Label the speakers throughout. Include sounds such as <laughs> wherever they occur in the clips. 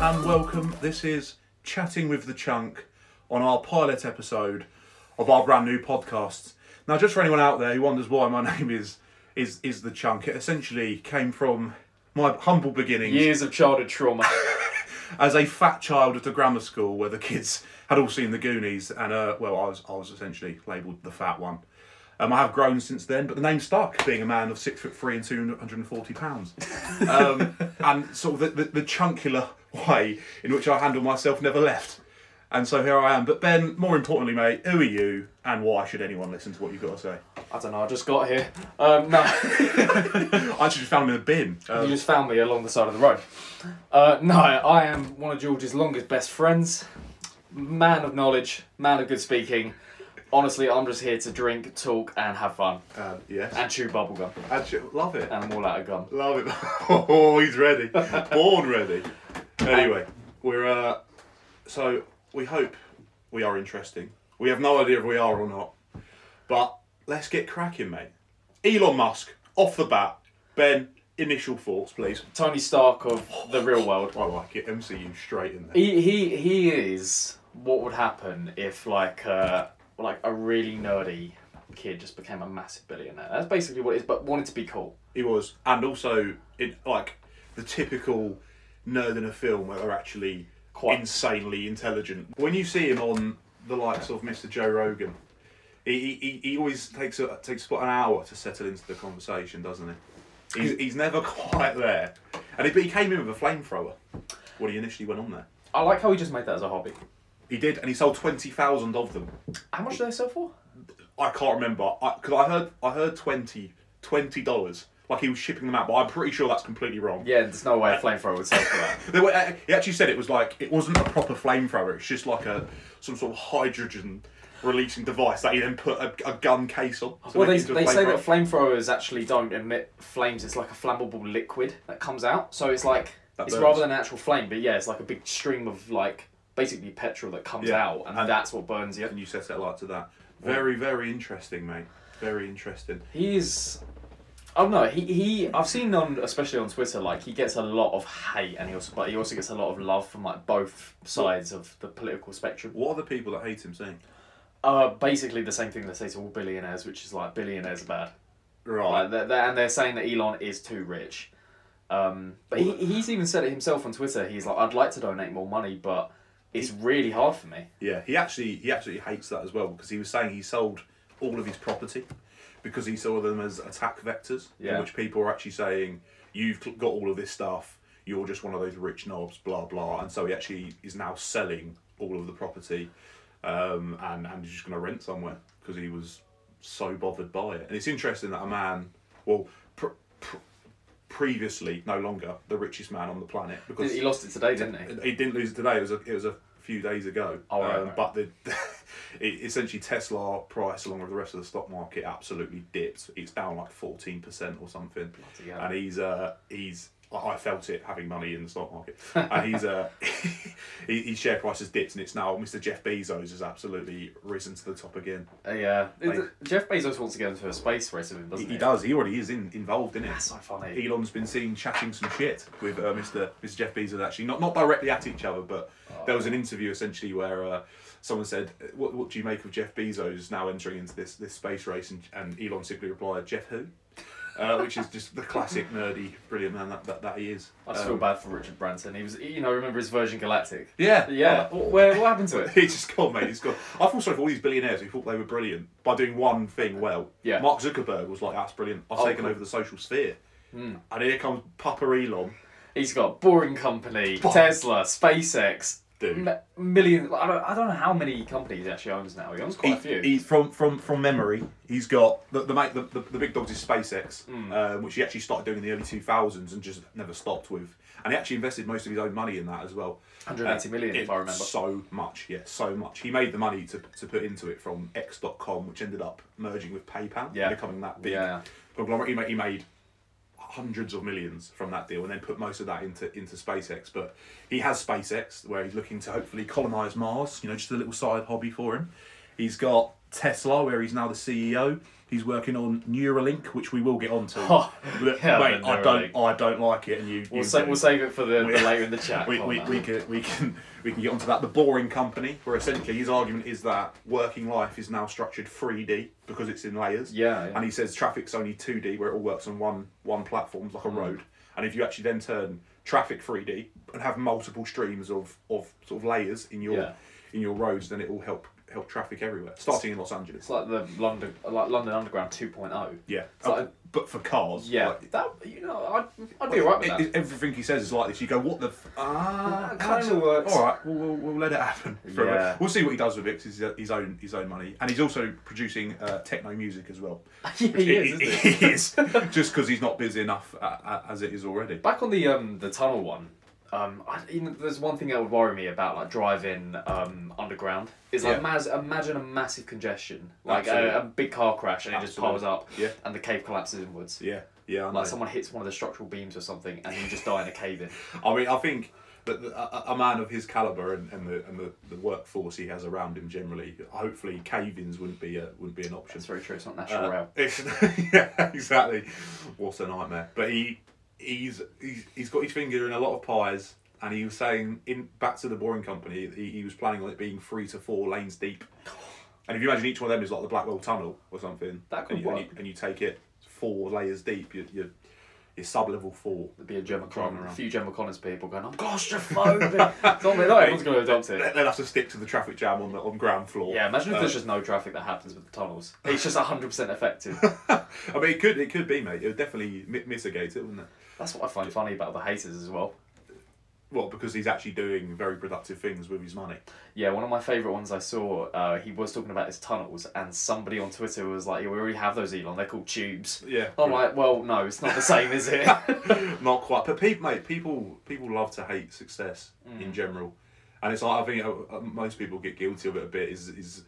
Speaker 1: welcome. This is Chatting with the Chunk on our pilot episode of our brand new podcast. Now, just for anyone out there who wonders why my <laughs> name is is is the Chunk, it essentially came from my humble beginnings
Speaker 2: Years of childhood trauma.
Speaker 1: as a fat child at a grammar school where the kids had all seen the Goonies, and uh, well, I was I was essentially labelled the fat one. Um, I have grown since then, but the name stuck. Being a man of six foot three and two hundred and forty pounds, um, and sort of the, the, the chunkular way in which I handle myself never left, and so here I am. But Ben, more importantly, mate, who are you, and why should anyone listen to what you've got to say?
Speaker 2: I don't know. I just got here. Um, no, <laughs>
Speaker 1: I actually just found him in a bin.
Speaker 2: you
Speaker 1: Um,
Speaker 2: just found me along the side of the road. Uh, no, I am one of George's longest best friends. Man of knowledge, man of good speaking. Honestly, I'm just here to drink, talk, and have fun,
Speaker 1: uh, yes,
Speaker 2: and chew bubblegum.
Speaker 1: actually, love it.
Speaker 2: And I'm all out of gum.
Speaker 1: Love it. <laughs> oh, he's ready. Born ready. Anyway, we're uh, so we hope we are interesting. We have no idea if we are or not, but let's get cracking, mate. Elon Musk off the bat. Ben, initial thoughts, please.
Speaker 2: Tony Stark of the real world.
Speaker 1: I like it. MCU straight in there.
Speaker 2: He he he is what would happen if like uh, like a really nerdy kid just became a massive billionaire. That's basically what it is, but wanted to be cool.
Speaker 1: He was, and also in like the typical nerd in a film where they're actually
Speaker 2: Quite.
Speaker 1: insanely intelligent. When you see him on the likes of Mr. Joe Rogan, he, he, he always takes a, takes about an hour to settle into the conversation, doesn't he? He's, he's never <laughs> quite there. And he, but he came in with a flamethrower when he initially went on there.
Speaker 2: I like how he just made that as a hobby.
Speaker 1: He did, and he sold twenty thousand of them.
Speaker 2: How much do they sell for?
Speaker 1: I can't remember because I, heard I heard twenty twenty dollars. Like he was shipping them out, but I'm pretty sure that's completely wrong.
Speaker 2: Yeah, there's no way a flamethrower would sell for
Speaker 1: <laughs>
Speaker 2: that.
Speaker 1: They were, uh, he actually said it was like it wasn't a proper flamethrower. It's just like a some sort of hydrogen releasing device that he then put a, a gun case on. to
Speaker 2: well, they,
Speaker 1: make it into a
Speaker 2: they say that
Speaker 1: flamethrower.
Speaker 2: flamethrowers actually don't emit flames. It's like a flammable liquid that comes out. So it's like
Speaker 1: That
Speaker 2: it's
Speaker 1: burns.
Speaker 2: rather than an actual flame, but yeah, it's like a big stream of like basically petrol that comes
Speaker 1: Yeah,
Speaker 2: out, and,
Speaker 1: and-
Speaker 2: that's what burns you.
Speaker 1: and you set it light to that. Very very interesting, mate. Very interesting.
Speaker 2: He is. I don't know. He, he I've seen on especially on Twitter like he gets a lot of hate and he also but he also gets a lot of love from like both sides of the political spectrum.
Speaker 1: What are the people that hate him saying?
Speaker 2: Uh, basically the same thing they say to all billionaires, which is like billionaires are bad.
Speaker 1: Right.
Speaker 2: Like they're, they're- and they're saying that Elon is too rich. Um, but he, he's even said it himself on Twitter. He's like, I'd like to donate more money, but it's really hard for me.
Speaker 1: Yeah. He actually he absolutely hates that as well because he was saying he sold all of his property because he saw them as attack vectors, in
Speaker 2: Yeah.
Speaker 1: which people are actually saying you've cl- got all of this stuff. You're just one of those rich knobs, blah blah. And so he actually is now selling all of the property, um, and and he's just going to rent somewhere because he was so bothered by it. And it's interesting that a man, well, pr- pr- previously no longer the richest man on the planet because
Speaker 2: He lost it today, didn't he?
Speaker 1: he didn't lose it today. It was a, it was a few days ago. Um,
Speaker 2: Oh, right, right.
Speaker 1: But the <laughs> it, essentially Tesla price, along with the rest of the stock market, absolutely dipped. It's down like fourteen percent or something.
Speaker 2: Bloody hell.
Speaker 1: And he's uh, he's I I felt it having money in the stock
Speaker 2: <laughs>
Speaker 1: market. and he's uh, <laughs> he- his share price has dipped, and it's now Mr. Jeff Bezos has absolutely risen to the top again.
Speaker 2: Uh, yeah.
Speaker 1: Like-
Speaker 2: Jeff Bezos wants to get into a space race with him, doesn't he?
Speaker 1: does. He already is in, involved in it.
Speaker 2: That's so funny.
Speaker 1: Elon's been seen chatting some shit with uh, Mr. Mr. Jeff Bezos actually, not not directly at each other, but
Speaker 2: Oh.
Speaker 1: there was an interview essentially where uh, someone said, "What what do you make of Jeff Bezos now entering into this this space race?" and, and Elon simply replied, "Jeff who." Uh, which is just the classic nerdy, brilliant man that, that, that he is.
Speaker 2: I just
Speaker 1: Um,
Speaker 2: feel bad for Richard Branson. He was, you know, remember his Virgin Galactic?
Speaker 1: Yeah,
Speaker 2: Yeah.
Speaker 1: <laughs> Oh,
Speaker 2: Where, what happened to
Speaker 1: <laughs>
Speaker 2: it?
Speaker 1: He's just gone, mate. He's gone. I feel sorry for all these billionaires who thought they were brilliant by doing one thing well.
Speaker 2: Yeah.
Speaker 1: Mark Zuckerberg was like, "That's brilliant. I've
Speaker 2: Oh,
Speaker 1: taken
Speaker 2: cool. Hmm.
Speaker 1: over the social sphere." And here comes Papa Elon.
Speaker 2: He's got Boring Company, Tesla, SpaceX,
Speaker 1: Dude.
Speaker 2: m- millions. I don't, I don't know how many companies he actually owns now. He owns quite a
Speaker 1: He-
Speaker 2: few.
Speaker 1: he- from from from memory, he's got the the mate the, the, the big dogs is SpaceX,
Speaker 2: Hmm.
Speaker 1: um, which he actually started doing in the early two thousands and just never stopped with. And he actually invested most of his own money in that as well.
Speaker 2: 180 million, if I remember.
Speaker 1: So much, yeah, so much. He made the money to, to put into it from X.com, which ended up merging with PayPal, and
Speaker 2: Yeah.
Speaker 1: becoming that big
Speaker 2: Yeah.
Speaker 1: conglomerate. He made, he made hundreds of millions from that deal, and then put most of that into into SpaceX. But he has SpaceX, where he's looking to hopefully colonize Mars. You know, just a little side hobby for him. He's got Tesla, where he's now the CEO. He's working on Neuralink, which we will get onto.
Speaker 2: <laughs> Oh,
Speaker 1: Look,
Speaker 2: yeah,
Speaker 1: mate,
Speaker 2: the
Speaker 1: I don't, I don't like it, and you.
Speaker 2: We'll,
Speaker 1: you
Speaker 2: sa-
Speaker 1: do.
Speaker 2: we'll save it for the,
Speaker 1: We-
Speaker 2: the later in the chat.
Speaker 1: we,
Speaker 2: on
Speaker 1: we,
Speaker 2: that.
Speaker 1: we, can, we, can, <laughs> we can get onto that. The Boring Company, where essentially his argument is that working life is now structured 3D because it's in layers.
Speaker 2: Yeah, yeah.
Speaker 1: And he says traffic's only 2D, where it all works on one, one platform, like a
Speaker 2: Mm.
Speaker 1: road. And if you actually then turn traffic 3D and have multiple streams of, of sort of layers in your
Speaker 2: Yeah.
Speaker 1: in your roads, then it will help help traffic everywhere, starting in Los Angeles.
Speaker 2: It's like the London, like London Underground 2.0.
Speaker 1: Yeah.
Speaker 2: So-
Speaker 1: Uh, but for cars,
Speaker 2: Yeah,
Speaker 1: like,
Speaker 2: that you know, I'd, I'd be alright with
Speaker 1: it-
Speaker 2: that.
Speaker 1: it- everything he says is like this. You go, what the? F- ah,
Speaker 2: That kinda works.
Speaker 1: All right, we'll, we'll, we'll let it happen. <laughs> For a
Speaker 2: Yeah.
Speaker 1: bit. We'll see what he does with it. 'cause it's his- his own his own money, and he's also producing uh, techno music as well.
Speaker 2: <laughs> yeah, <laughs> he
Speaker 1: <laughs>
Speaker 2: is, isn't he?
Speaker 1: He
Speaker 2: <laughs>
Speaker 1: is. just because he's not busy enough uh, uh, as it is already.
Speaker 2: Back on the um the tunnel one, um, I, you know, there's one thing that would worry me about like driving um underground is like
Speaker 1: Yeah.
Speaker 2: mas- imagine a massive congestion, like
Speaker 1: Absolutely.
Speaker 2: a, a big car crash and it
Speaker 1: Absolutely.
Speaker 2: just piles up,
Speaker 1: Yeah.
Speaker 2: and the cave collapses inwards.
Speaker 1: Yeah, yeah. I know.
Speaker 2: Like someone hits one of the structural beams or something, and you just die in a cave in.
Speaker 1: I mean, I think that the- a, a man of his caliber and, and the and the, the workforce he has around him generally, hopefully, cave-ins wouldn't be a, wouldn't be an option.
Speaker 2: It's very true. It's not national
Speaker 1: Uh,
Speaker 2: rail.
Speaker 1: it's, <laughs> yeah, exactly. What a nightmare. But he, he's, he's he's got his finger in a lot of pies, and he was saying in back to the Boring Company, he, he was planning on it being three to four lanes deep. And if you imagine each one of them is like the Blackwell Tunnel or something,
Speaker 2: That could
Speaker 1: and you, and
Speaker 2: work.
Speaker 1: you, and you take it four layers deep, you're, you're, you're sub level four.
Speaker 2: There'd be a Gemma Con,
Speaker 1: Driving
Speaker 2: a
Speaker 1: around.
Speaker 2: few Gemma Connors people
Speaker 1: <laughs>
Speaker 2: going, I'm claustrophobic. it's not, not everyone's going to adopt it.
Speaker 1: They'll have to stick to the traffic jam on the on ground floor.
Speaker 2: Yeah, imagine if
Speaker 1: Uh,
Speaker 2: there's just no traffic that happens with the tunnels. It's just 100% effective.
Speaker 1: I mean, it could it could be, mate. It would definitely mi- mitigate it, wouldn't it?
Speaker 2: That's what I find funny about the haters as well.
Speaker 1: Well, because he's actually doing very productive things with his money.
Speaker 2: Yeah, one of my favourite ones I saw, uh, he was talking about his tunnels, and somebody on Twitter was like, yeah, we already have those, Elon, they're called tubes.
Speaker 1: Yeah.
Speaker 2: I'm like, well, no, it's not the same, is
Speaker 1: <laughs>
Speaker 2: it?
Speaker 1: not quite. But people, mate, people, people love to hate success in general, and it's like I think uh, uh, most people get guilty of it a bit. Is is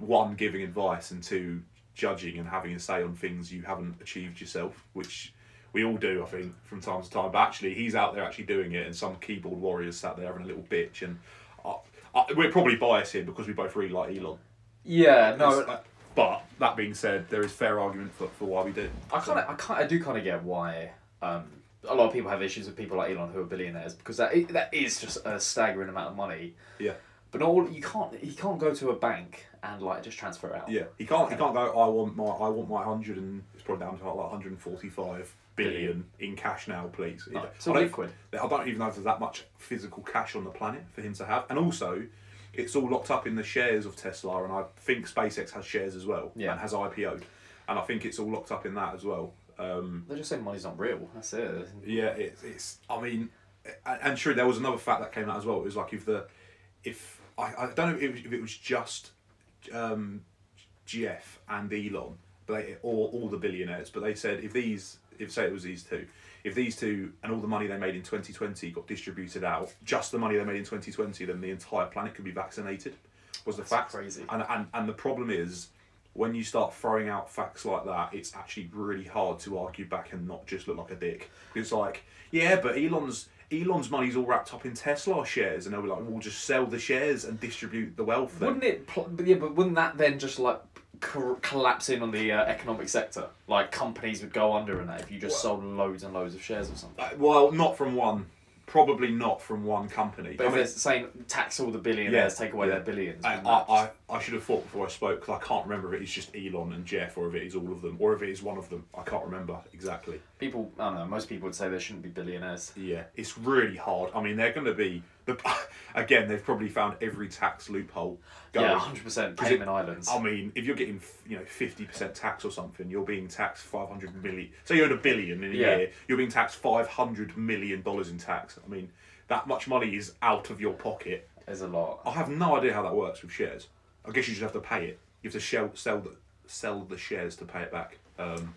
Speaker 1: one giving advice and two judging and having a say on things you haven't achieved yourself, which we all do, I think, from time to time. But actually, he's out there actually doing it, and some keyboard warriors sat there having a little bitch. And I, I, we're probably biased here because we both really like Elon.
Speaker 2: yeah,
Speaker 1: It's
Speaker 2: no,
Speaker 1: like- but that being said, there is fair argument for, for why we do.
Speaker 2: I kind of, I kind, I do kind of get why um, a lot of people have issues with people like Elon who are billionaires because that i- that is just a staggering amount of money.
Speaker 1: Yeah.
Speaker 2: But not all you can't, he can't go to a bank and like just transfer it out.
Speaker 1: Yeah, he can't. He can't go. I want my. I want my hundred and it's probably down to like 145 billion in cash now, please.
Speaker 2: No,
Speaker 1: I
Speaker 2: it's all
Speaker 1: don't-
Speaker 2: liquid.
Speaker 1: I don't even know if there's that much physical cash on the planet for him to have, and also. It's all locked up in the shares of Tesla, and I think SpaceX has shares as well,
Speaker 2: Yeah.
Speaker 1: and has IPO'd, and I think it's all locked up in that as well. Um,
Speaker 2: They just say money's not real. That's it.
Speaker 1: yeah, it's, it's. I mean, and, and sure, there was another fact that came out as well. It was like if the, if I, I don't know if, if it was just, um, Jeff and Elon, but they, or all the billionaires, but they said if these, if say it was these two, if these two and all the money they made in twenty twenty got distributed out, just the money they made in twenty twenty, then the entire planet could be vaccinated. Was the fact
Speaker 2: crazy.
Speaker 1: And and and the problem is. When you start throwing out facts like that, it's actually really hard to argue back and not just look like a dick. It's like, yeah, but Elon's Elon's money's all wrapped up in Tesla shares, and they were like, we'll just sell the shares and distribute the wealth. Then.
Speaker 2: Wouldn't it? Pl- but yeah, but wouldn't that then just like cor- collapse in on the uh, economic sector? Like companies would go under and that if you just sold loads and loads of shares or something.
Speaker 1: Uh, well, not from one. Probably not from one company.
Speaker 2: But
Speaker 1: I,
Speaker 2: if
Speaker 1: mean,
Speaker 2: they're saying tax all the billionaires,
Speaker 1: Yeah,
Speaker 2: take away
Speaker 1: yeah.
Speaker 2: their billions.
Speaker 1: I,
Speaker 2: wouldn't that
Speaker 1: I, I, I should have thought before I spoke because I can't remember if it is just Elon and Jeff or if it is all of them or if it is one of them. I can't remember exactly.
Speaker 2: just- people, I don't know. Most people would say there shouldn't be billionaires.
Speaker 1: Yeah, it's really hard. I mean, they're going to be the <laughs> again. They've probably found every tax loophole. Going.
Speaker 2: Yeah, hundred percent.
Speaker 1: 'Cause it-
Speaker 2: Cayman Islands.
Speaker 1: I mean, if you're getting you know fifty percent tax or something, you're being taxed five hundred million. So you earn a billion in a
Speaker 2: Yeah.
Speaker 1: year, you're being taxed five hundred million dollars in tax. I mean, that much money is out of your pocket.
Speaker 2: There's a lot.
Speaker 1: I have no idea how that works with shares. I guess you just have to pay it. You have to shell, sell the sell the shares to pay it back. Um,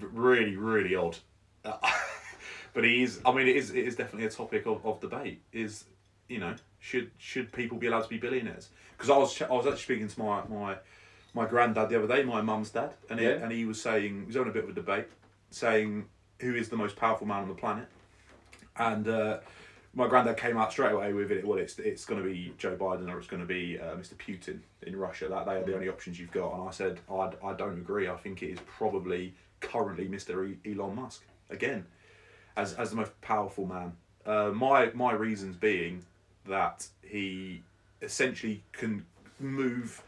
Speaker 1: r- really, really odd. <laughs> Uh, but he is. I mean, it is. It is definitely a topic of, of debate. Is you know should should people be allowed to be billionaires? Because I was ch- I was actually speaking to my my my granddad the other day, my mum's dad, and he,
Speaker 2: Yeah.
Speaker 1: and he was saying he was having a bit of a debate, saying who is the most powerful man on the planet, and uh, my granddad came out straight away with it. Well, it's it's going to be Joe Biden or it's going to be uh, Mr. Putin in Russia. That they are the only options you've got. And I said, I, I don't agree. I think it is probably currently Mr. E- Elon Musk again, as as the most powerful man. Uh, my my reasons being that he essentially can move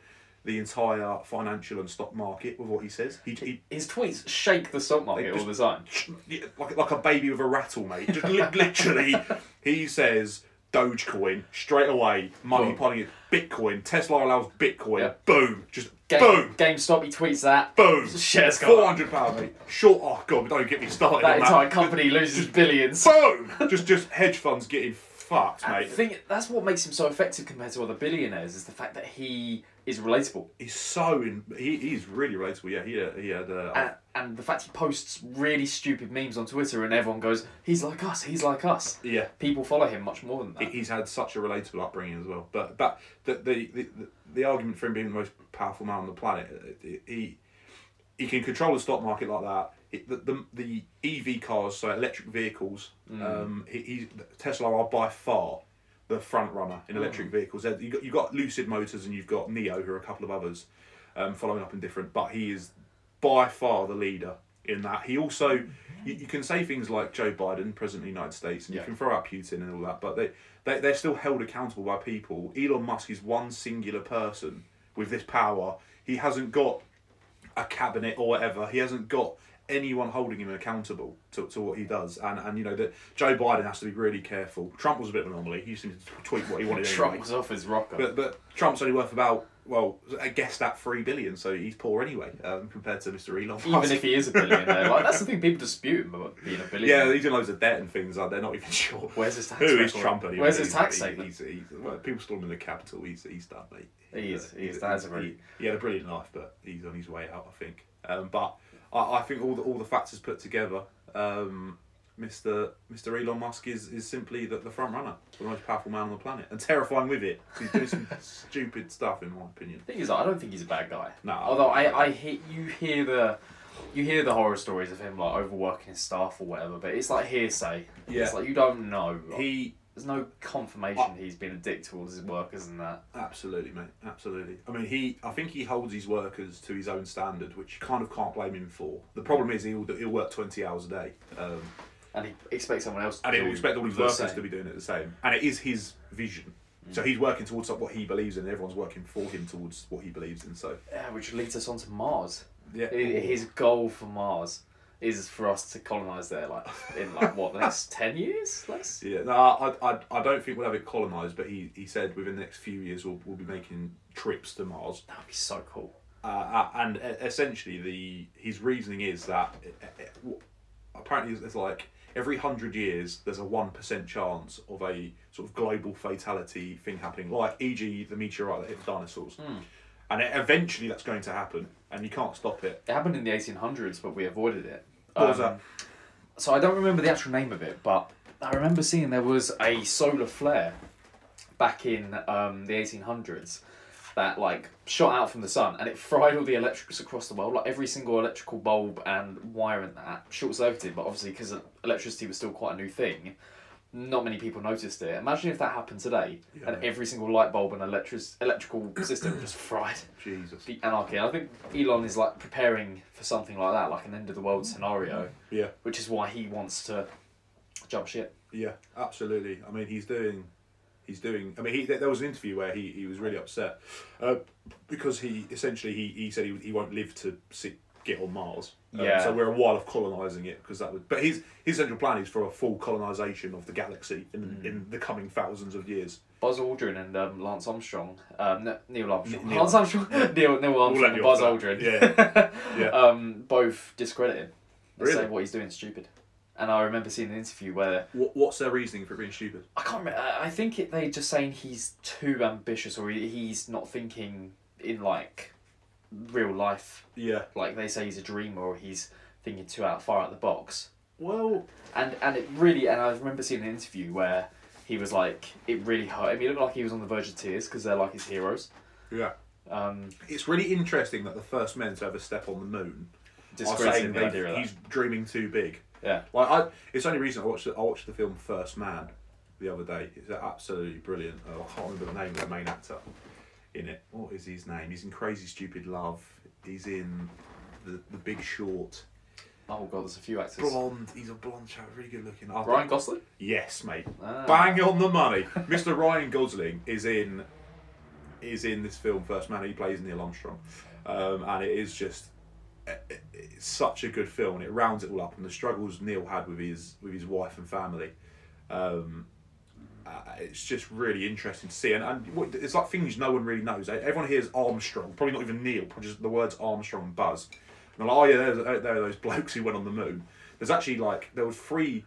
Speaker 1: the entire financial and stock market with what he says. He, he
Speaker 2: His tweets shake the stock market all the time.
Speaker 1: yeah, like, like a baby with a rattle, mate. Just li- <laughs> literally, he says Dogecoin straight away, money
Speaker 2: Boom.
Speaker 1: piling in Bitcoin. Tesla allows Bitcoin.
Speaker 2: Yeah.
Speaker 1: Boom, just
Speaker 2: Game,
Speaker 1: boom,
Speaker 2: GameStop, he tweets that.
Speaker 1: boom.
Speaker 2: Shares go
Speaker 1: Four
Speaker 2: up.
Speaker 1: hundred pound, mate. Short. Oh god, don't get me started
Speaker 2: That
Speaker 1: on
Speaker 2: entire
Speaker 1: that.
Speaker 2: company <laughs> loses billions.
Speaker 1: <laughs> Boom. Just just hedge funds getting fucked,
Speaker 2: I
Speaker 1: mate.
Speaker 2: think that's what makes him so effective compared to other billionaires is the fact that he is relatable
Speaker 1: He's so in. He, he's really relatable. Yeah, he had, he had. Uh,
Speaker 2: and, and the fact he posts really stupid memes on Twitter and everyone goes, he's like us, he's like us.
Speaker 1: yeah.
Speaker 2: People follow him much more than that.
Speaker 1: he's had such a relatable upbringing as well. But but the the, the, the argument for him being the most powerful man on the planet, uh, he he can control the stock market like that. It, the, the the EV cars, so electric vehicles, um, he, he, Tesla are by far the front runner in electric vehicles. They're- You got you got Lucid Motors and you've got Neo, who are a couple of others, um, following up in different. But he is by far the leader in that. He also, you, you can say things like Joe Biden, President of the United States, and
Speaker 2: Yeah.
Speaker 1: you can throw out Putin and all that, but they, they, they're still held accountable by people. Elon Musk is one singular person with this power. He hasn't got a cabinet or whatever. He hasn't got anyone holding him accountable to, to what he does. And, and you know, that Joe Biden has to be really careful. Trump was a bit of an anomaly. He used to tweet what he wanted anyway.
Speaker 2: Trump was off his rocker.
Speaker 1: But but Trump's only worth about well, I guess that three billion, so he's poor anyway um, compared to Mr. Elon. Musk.
Speaker 2: even if he is a
Speaker 1: <laughs>
Speaker 2: billionaire. like, that's the thing people dispute him about being a billionaire.
Speaker 1: yeah, he's in loads of debt and things. Like they're not even <laughs> sure.
Speaker 2: Where's his tax
Speaker 1: Who is
Speaker 2: record?
Speaker 1: Trump anyway?
Speaker 2: Where's his
Speaker 1: He's-
Speaker 2: tax
Speaker 1: he-
Speaker 2: statement?
Speaker 1: He's, he's, well, people still in the capital. He's he's done, mate.
Speaker 2: He is, he is.
Speaker 1: he's-
Speaker 2: That is a
Speaker 1: he-
Speaker 2: very-
Speaker 1: He had a brilliant life, but he's on his way out, I think. Um, but I, I think all the all the factors put together, um, Mr. Mr. Elon Musk is is simply the, the front runner, the most powerful man on the planet, and terrifying with it. He's doing
Speaker 2: <laughs>
Speaker 1: some stupid stuff, in my opinion.
Speaker 2: thing is, I don't think he's a bad guy.
Speaker 1: No.
Speaker 2: Although I, I hear you hear the, you hear the horror stories of him like overworking his staff or whatever, but it's like hearsay.
Speaker 1: Yeah.
Speaker 2: It's like you don't know.
Speaker 1: He
Speaker 2: There's no confirmation he's been a dick towards his workers and that.
Speaker 1: absolutely, mate, absolutely. I mean, he. I think he holds his workers to his own standard, which you kind of can't blame him for. The problem is he'll he'll work twenty hours a day, um,
Speaker 2: And he expects someone else. to
Speaker 1: and he'll
Speaker 2: do
Speaker 1: expect all his
Speaker 2: the
Speaker 1: workers
Speaker 2: same.
Speaker 1: to be doing it the same. Mm. And it is his vision, so he's working towards what he believes in. and Everyone's working for him towards what he believes in. So
Speaker 2: Yeah, which leads us on to Mars.
Speaker 1: yeah,
Speaker 2: I- His goal for Mars is for us to colonize there, like in
Speaker 1: <laughs>
Speaker 2: like what the next ten years? Less?
Speaker 1: Yeah, no, I, I, I don't think we'll have it colonised, but he, he said within the next few years we'll, we'll be making trips to Mars.
Speaker 2: That'd be so cool.
Speaker 1: uh, uh, and e- essentially the his reasoning is that uh, uh, w- apparently there's like every hundred years there's a one percent chance of a sort of global fatality thing happening, like e.g. the meteorite that hit the dinosaurs, and e- eventually that's going to happen, and you can't stop it.
Speaker 2: It happened in the 1800s, but we avoided it.
Speaker 1: What was
Speaker 2: Um,
Speaker 1: that?
Speaker 2: So I don't remember the actual name of it, but I remember seeing there was a solar flare back in um, the 1800s that like shot out from the sun and it fried all the electrics across the world like every single electrical bulb and wire and that short circuited but obviously because electricity was still quite a new thing not many people noticed it imagine if that happened today and
Speaker 1: Yeah.
Speaker 2: every single light bulb and electric electrical system just fried
Speaker 1: Jesus.
Speaker 2: the anarchy. And I think Elon is like preparing for something like that, like an end of the world scenario,
Speaker 1: Yeah,
Speaker 2: which is why he wants to jump ship.
Speaker 1: yeah, absolutely. I mean, he's doing. He's doing. I mean, he, there there was an interview where he, he was really upset uh, because he essentially he, he said he, he won't live to see, get on Mars. Um,
Speaker 2: Yeah.
Speaker 1: So we're a while off colonising it because that would. But his his central plan is for a full colonisation of the galaxy in
Speaker 2: Hmm.
Speaker 1: in the coming thousands of years.
Speaker 2: Buzz Aldrin and um, Lance Armstrong, um, Ne- Neil Armstrong,
Speaker 1: Neil.
Speaker 2: Lance Armstrong, <laughs> Neil, Neil Armstrong,
Speaker 1: let
Speaker 2: and
Speaker 1: you
Speaker 2: Buzz
Speaker 1: off
Speaker 2: Aldrin, <laughs>
Speaker 1: that. Yeah.
Speaker 2: um, both discredit him. They say
Speaker 1: Really?
Speaker 2: what he's doing is stupid. And I remember seeing an interview where
Speaker 1: What, what's their reasoning for being stupid?
Speaker 2: I can't remember. I I think it, they just saying he's too ambitious or he, he's not thinking in like real life.
Speaker 1: Yeah.
Speaker 2: Like they say he's a dreamer or he's thinking too out far out the box.
Speaker 1: Well,
Speaker 2: And and it really and I remember seeing an interview where he was like it really hurt him. He looked like he was on the verge of tears because they're like his heroes.
Speaker 1: yeah.
Speaker 2: Um,
Speaker 1: It's really interesting that the first men to ever step on the moon are
Speaker 2: disgracing
Speaker 1: saying
Speaker 2: the idea of
Speaker 1: they,
Speaker 2: that.
Speaker 1: he's dreaming too big.
Speaker 2: Yeah,
Speaker 1: Like I, it's the only reason I watched the, I watched the film First Man, the the other day. It's absolutely brilliant. Uh, I can't remember the name of the main actor in it. What is his name? He's in Crazy Stupid Love. He's in the, the Big Short.
Speaker 2: Oh god, there's a few actors.
Speaker 1: Blonde. He's a blonde chap. Really good looking. I
Speaker 2: Ryan Gosling.
Speaker 1: Yes, mate.
Speaker 2: Ah.
Speaker 1: Bang on the money. Mr. <laughs> Ryan Gosling is in is in this film First Man. He plays Neil Armstrong, um, and it is just it- it- it's such a good film, and it rounds it all up. And the struggles Neil had with his with his wife and family, um, uh, it's just really interesting to see. And, and what, it's like things no one really knows. Eh, Everyone hears Armstrong, probably not even Neil, probably just the words Armstrong and Buzz. And they're like, oh yeah, there, there are those blokes who went on the moon. There's actually like there was three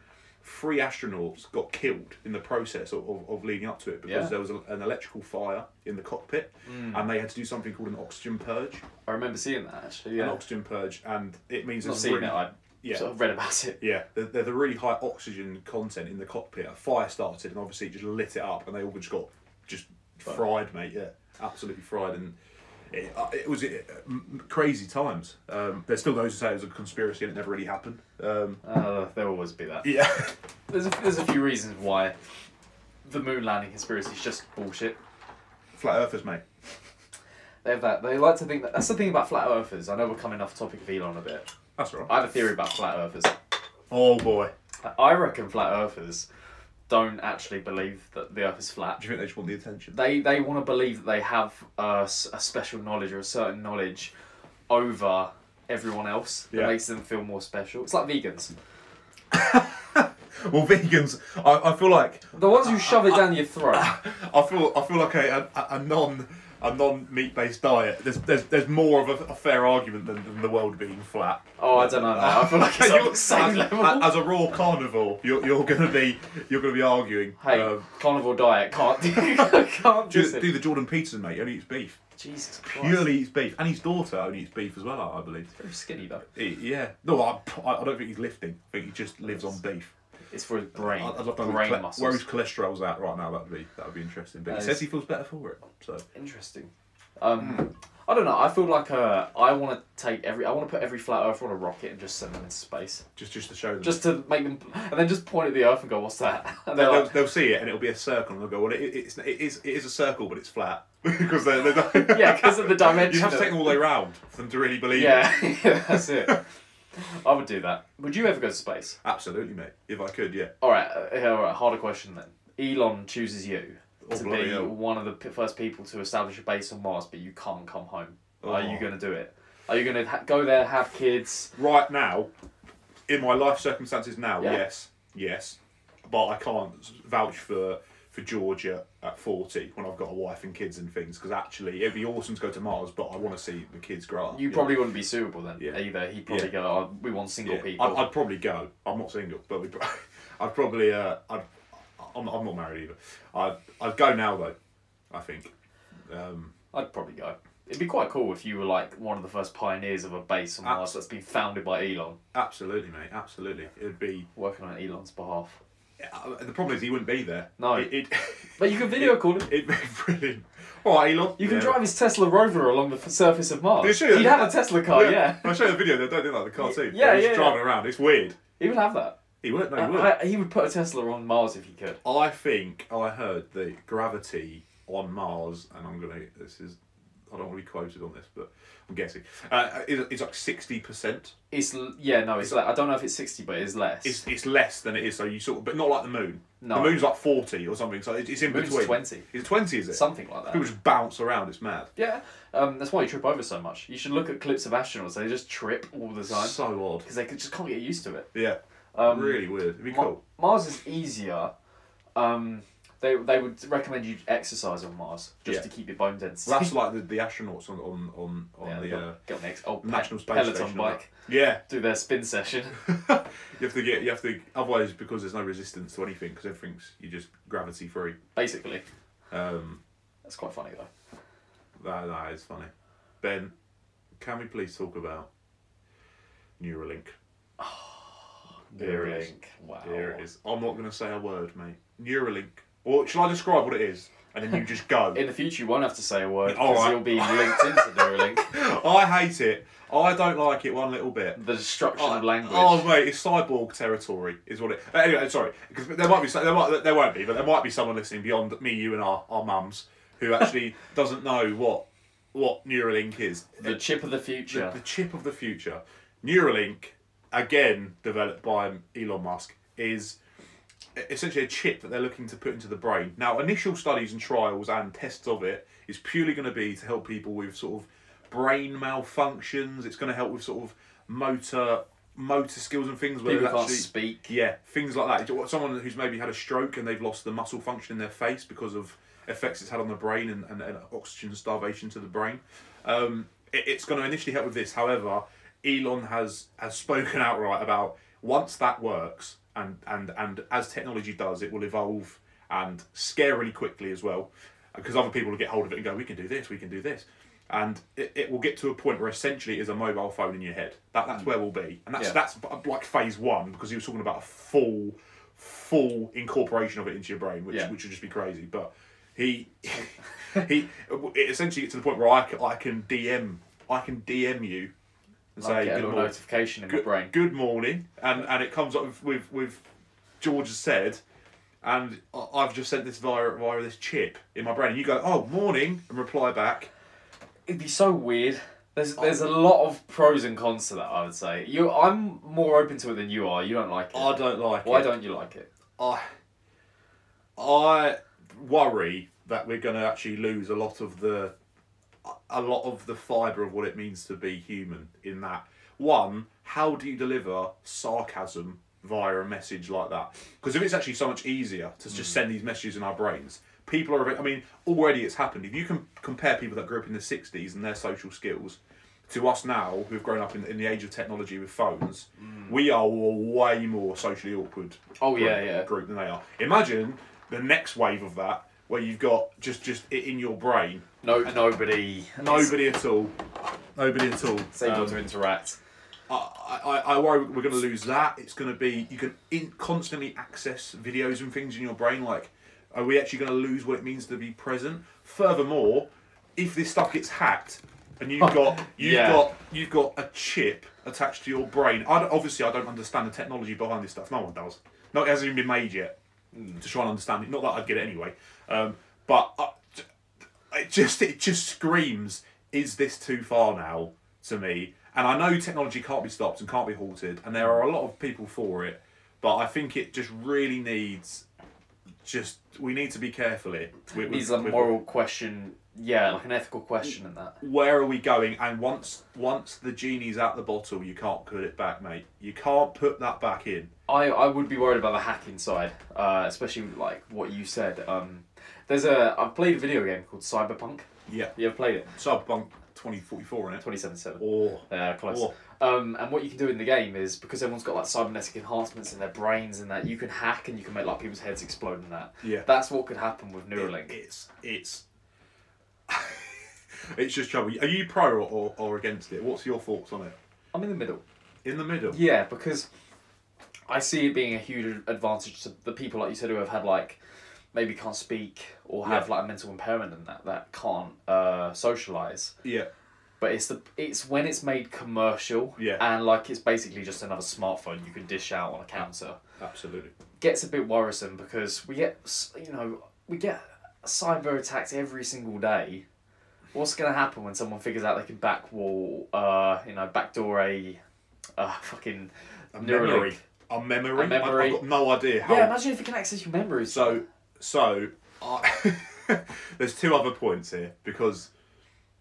Speaker 1: three astronauts got killed in the process of, of, of leading up to it because
Speaker 2: Yeah.
Speaker 1: there was a, an electrical fire in the cockpit and they had to do something called an oxygen purge
Speaker 2: I remember seeing that actually.
Speaker 1: an
Speaker 2: Yeah.
Speaker 1: oxygen purge and it means
Speaker 2: Not
Speaker 1: there's
Speaker 2: seeing
Speaker 1: really,
Speaker 2: it. I
Speaker 1: Yeah.
Speaker 2: sort of read about it.
Speaker 1: yeah, they're, they're the really high oxygen content in the cockpit. A fire started, and obviously it just lit it up, and they all just got just fried, mate. Yeah, absolutely fried, and it, uh, it was uh, m- crazy times. Um, there's still those who say it was a conspiracy and it never really happened. Um,
Speaker 2: Uh, there'll always be that.
Speaker 1: yeah, <laughs>
Speaker 2: There's a, there's a few reasons why the moon landing conspiracy is just bullshit.
Speaker 1: flat earthers, mate.
Speaker 2: They have that. They like to think that. That's the thing about flat earthers. I know we're coming off topic of Elon a bit.
Speaker 1: That's all right.
Speaker 2: I have a theory about flat earthers.
Speaker 1: Oh boy,
Speaker 2: I- I reckon flat earthers don't actually believe that the earth is flat.
Speaker 1: do you think they just want the attention?
Speaker 2: They they want to believe that they have a, s- a special knowledge or a certain knowledge over everyone else that
Speaker 1: Yeah.
Speaker 2: makes them feel more special. It's like vegans.
Speaker 1: well, vegans, I, I feel like
Speaker 2: The
Speaker 1: <laughs>
Speaker 2: ones who shove it down your throat.
Speaker 1: I feel I feel like a, a, a non a non meat based diet. There's, there's there's more of a, a fair argument than, than the world being
Speaker 2: <laughs>
Speaker 1: flat.
Speaker 2: Oh, I don't know. Now. I
Speaker 1: <laughs>
Speaker 2: feel like it's
Speaker 1: You're-
Speaker 2: on the same
Speaker 1: as,
Speaker 2: level.
Speaker 1: as a raw carnivore, you're, you're gonna be you're gonna be arguing.
Speaker 2: Hey,
Speaker 1: um,
Speaker 2: carnivore diet can't
Speaker 1: <laughs>
Speaker 2: do, <laughs> can't do,
Speaker 1: do,
Speaker 2: it.
Speaker 1: do the Jordan Peterson mate? He only eats beef.
Speaker 2: Jesus Christ.
Speaker 1: Purely eats beef, and his daughter only eats beef as well. I I believe.
Speaker 2: Very skinny though.
Speaker 1: He- yeah. No, I, I don't think he's lifting. I think he just lives on beef.
Speaker 2: It's for his brain.
Speaker 1: I, I'd love to know
Speaker 2: brain
Speaker 1: where, his
Speaker 2: muscles.
Speaker 1: cle- where his cholesterol's at right now. That'd be that'd be interesting. But
Speaker 2: That
Speaker 1: he
Speaker 2: is-
Speaker 1: says he feels better for it. So
Speaker 2: Interesting. Um, I don't know. I feel like uh, I want to take every. I want to put every flat Earther on a rocket and just send them into space,
Speaker 1: just just to show them.
Speaker 2: just to make them, and then just point at the Earth and go, "What's that?" <laughs> And they're
Speaker 1: They'll,
Speaker 2: like,
Speaker 1: they'll, they'll see it and it'll be a circle and they'll go, well, it, it's, it, is, it is a circle, but it's flat. <laughs> because they're, they're
Speaker 2: <laughs> "Yeah, because of the dimension."
Speaker 1: <laughs> You have to
Speaker 2: of
Speaker 1: take them all the way round for them to really
Speaker 2: it."
Speaker 1: believe it.
Speaker 2: Yeah, yeah, <laughs> that's it. I would do that. Would you ever go to space?
Speaker 1: Absolutely, mate. If I could, yeah.
Speaker 2: All right, uh, all right. Harder question then. Elon chooses you
Speaker 1: Oh,
Speaker 2: to
Speaker 1: bloody
Speaker 2: be
Speaker 1: hell.
Speaker 2: one of the p- first people to establish a base on Mars, but you can't come home. Are you
Speaker 1: Oh.
Speaker 2: going to do it? Are you going to ha- go there, have kids?
Speaker 1: Right now, in my life circumstances now,
Speaker 2: Yeah.
Speaker 1: yes, yes. But I can't vouch for, for Georgia at 40 when I've got a wife and kids and things because actually it'd be awesome to go to Mars, but I want to see the kids grow up.
Speaker 2: You
Speaker 1: know?
Speaker 2: probably wouldn't be suitable then
Speaker 1: Yeah.
Speaker 2: either. He'd probably
Speaker 1: Yeah.
Speaker 2: go, oh, "We want single
Speaker 1: Yeah.
Speaker 2: people."
Speaker 1: I'd, I'd probably go. I'm not single, but we, pro- <laughs> I'd probably. Uh, I'd, I'm, I'm not married either. I'd, I'd go now though. I think. Um,
Speaker 2: I'd probably go. It'd be quite cool if you were like one of the first pioneers of a base on
Speaker 1: Abs-
Speaker 2: Mars that's been founded by Elon,
Speaker 1: absolutely, mate. Absolutely, it'd be.
Speaker 2: working on Elon's behalf.
Speaker 1: Uh, the problem is he wouldn't be there.
Speaker 2: No.
Speaker 1: It, it, <laughs>
Speaker 2: But you can video call him.
Speaker 1: it'd be brilliant. All right, Elon.
Speaker 2: You can
Speaker 1: Yeah.
Speaker 2: drive his Tesla Rover along the f- surface of Mars.
Speaker 1: They should.
Speaker 2: He'd have a Tesla car, yeah.
Speaker 1: When I show you the video. They don't do like the cartoon.
Speaker 2: Yeah,
Speaker 1: He's
Speaker 2: yeah, Uh,
Speaker 1: just driving around. It's weird.
Speaker 2: He would have that.
Speaker 1: He would. No, he would.
Speaker 2: I, I- he would put a Tesla on Mars if he could.
Speaker 1: I think I heard that gravity on Mars, and I'm gonna. This is. I don't want to be quoted on this, but I'm guessing uh, is it's like sixty percent.
Speaker 2: It's l- yeah, no, it's like I don't know if it's sixty, but it's less.
Speaker 1: It's it's less than it is. So you sort of, but not like the moon.
Speaker 2: No.
Speaker 1: The moon's like forty or something. So it's, it's in
Speaker 2: Moon's
Speaker 1: between.
Speaker 2: 20.
Speaker 1: It's twenty, is it?
Speaker 2: something like
Speaker 1: People
Speaker 2: that.
Speaker 1: just bounce around. It's mad.
Speaker 2: Yeah, um, that's why you trip over so much. You should look at clips of astronauts; they just trip all the time
Speaker 1: So odd.
Speaker 2: because they could, just can't get used to it.
Speaker 1: Yeah.
Speaker 2: Um,
Speaker 1: really weird. It'd be
Speaker 2: Ma-
Speaker 1: cool.
Speaker 2: Mars is easier. Um, they they would recommend you exercise on Mars just
Speaker 1: Yeah.
Speaker 2: to keep your bone density.
Speaker 1: Well, that's like the, the astronauts on on on, on
Speaker 2: <laughs> yeah,
Speaker 1: the.
Speaker 2: got-
Speaker 1: Uh,
Speaker 2: get next. Oh, pe-
Speaker 1: National Space
Speaker 2: Peloton
Speaker 1: Station.
Speaker 2: bike.
Speaker 1: Yeah,
Speaker 2: Do their spin session. <laughs>
Speaker 1: you have to get you have to otherwise because there's no resistance to anything because everything's you just gravity free.
Speaker 2: Basically,
Speaker 1: Um,
Speaker 2: that's quite funny though.
Speaker 1: That, that is funny. Ben, can we please talk about Neuralink?
Speaker 2: <sighs>
Speaker 1: There it is.
Speaker 2: Neuralink. Wow.
Speaker 1: Here it is. I'm not going to say a word, mate. Neuralink. Or shall I describe what it is? and then you just
Speaker 2: <laughs>
Speaker 1: go.
Speaker 2: In the future, you won't have to say a word
Speaker 1: All
Speaker 2: because
Speaker 1: right.
Speaker 2: you'll be linked into Neuralink.
Speaker 1: I hate it. I don't like it one little bit.
Speaker 2: <laughs> The destruction of language.
Speaker 1: Oh mate, it's cyborg territory, is what it. uh, Anyway, sorry, because there might be some- there might there won't be, but there might be someone listening beyond me, you, and our, our mums who
Speaker 2: <laughs>
Speaker 1: actually doesn't know what what Neuralink is.
Speaker 2: the chip of
Speaker 1: <laughs>
Speaker 2: the future.
Speaker 1: The chip of the future, Neuralink, again developed by Elon Musk, is essentially a chip that they're looking to put into the brain. Now, initial studies and trials and tests of it is purely going to be to help people with sort of brain malfunctions. It's going to help with sort of motor motor skills and things where
Speaker 2: People
Speaker 1: they've
Speaker 2: can't
Speaker 1: actually-
Speaker 2: speak.
Speaker 1: yeah, things like that. It's Someone who's maybe had a stroke and they've lost the muscle function in their face because of effects it's had on the brain and, and, and oxygen starvation to the brain. Um, it- it's going to initially help with this. However, Elon has, has spoken <laughs> outright about once that works, and, and, and as technology does, it will evolve and scarily quickly as well, because other people will get hold of it and go, we can do this, we can do this. And it, it will get to a point where essentially it is a mobile phone in your head. That, that's where we'll be. And that's,
Speaker 2: Mm. Yeah.
Speaker 1: that's that's b- like phase one because he was talking about a full, full incorporation of it into your brain, which
Speaker 2: Yeah.
Speaker 1: which would just be crazy. But he, <laughs> he, it essentially gets to the point where I can, I can DM, I can DM you, and
Speaker 2: I
Speaker 1: say
Speaker 2: get a
Speaker 1: good
Speaker 2: little
Speaker 1: morning,
Speaker 2: notification in my
Speaker 1: good,
Speaker 2: brain.
Speaker 1: good morning, and and it comes up with with, with George has said. And I- I've just sent this via via this chip in my brain, and you go, "Oh, morning," and reply back.
Speaker 2: It'd be so weird. There's there's a lot of pros and cons to that. I would say you. I'm more open to it than you are. You don't like it.
Speaker 1: I don't like
Speaker 2: Why
Speaker 1: it.
Speaker 2: don't you like it?
Speaker 1: I I worry that we're going to actually lose a lot of the a lot of the fibre of what it means to be human. In that one, how do you deliver sarcasm via a message like that? Because if it's actually so much easier to
Speaker 2: Mm.
Speaker 1: just send these messages in our brains, people are. I mean, already it's happened. If you can compare people that grew up in the '60s and their social skills. To us now, who've grown up in, in the age of technology with phones, we are way more socially awkward
Speaker 2: Mm. Oh
Speaker 1: group,
Speaker 2: yeah, yeah.
Speaker 1: group than they are. Imagine the next wave of that where you've got just just it in your brain,
Speaker 2: No, nobody.
Speaker 1: nobody at all, nobody at all.
Speaker 2: It's able
Speaker 1: Um,
Speaker 2: to interact.
Speaker 1: I, I, I worry we're going to lose that. It's going to be you can in, constantly access videos and things in your brain. Like, are we actually going to lose what it means to be present? Furthermore, if this stuff gets hacked and you've got you've
Speaker 2: Yeah.
Speaker 1: got you've got a chip attached to your brain, I don't- obviously I don't understand the technology behind this stuff. No one does. No, it hasn't even been made yet to try and understand it. Not that I'd get it anyway, um, but. I, it just it just screams is this too far now to me and i know technology can't be stopped and can't be halted and there are a lot of people for it but i think it just really needs just we need to be careful here with,
Speaker 2: Needs a moral question. Yeah, like an ethical question in that.
Speaker 1: where are we going and once once the genie's out the bottle you can't put it back mate you can't put that back in
Speaker 2: I, I would be worried about the hacking side, uh, especially like what you said. Um, there's a I've played a video game called Cyberpunk.
Speaker 1: yeah
Speaker 2: You ever played it?
Speaker 1: cyberpunk 2044 in it
Speaker 2: Twenty seven seven.
Speaker 1: or
Speaker 2: Yeah, close.
Speaker 1: Or-
Speaker 2: Uh, Um, and what you can do in the game is because everyone's got like cybernetic enhancements in their brains and that you can hack and you can make like people's heads explode and that.
Speaker 1: Yeah.
Speaker 2: That's what could happen with Neuralink.
Speaker 1: it's it's <laughs> it's just trouble are you pro or, or, or against it what's your thoughts on it
Speaker 2: I'm in the middle.
Speaker 1: In the middle.
Speaker 2: Yeah, because I see it being a huge advantage to the people like you said who have had like maybe can't speak or have
Speaker 1: Yeah.
Speaker 2: like mental impairment and that that can't uh, socialize.
Speaker 1: Yeah.
Speaker 2: But it's the it's when it's made commercial
Speaker 1: Yeah.
Speaker 2: and like it's basically just another smartphone you can dish out on a counter.
Speaker 1: Absolutely.
Speaker 2: gets a bit worrisome because we get s- you know we get cyber attacks every single day. What's gonna happen when someone figures out they can backwall, uh, you know, backdoor a, uh, fucking
Speaker 1: A
Speaker 2: Neuralink?
Speaker 1: memory. A memory.
Speaker 2: A memory.
Speaker 1: I, have got no idea how.
Speaker 2: Yeah, imagine if you can access your memories.
Speaker 1: so so I, <laughs> there's two other points here because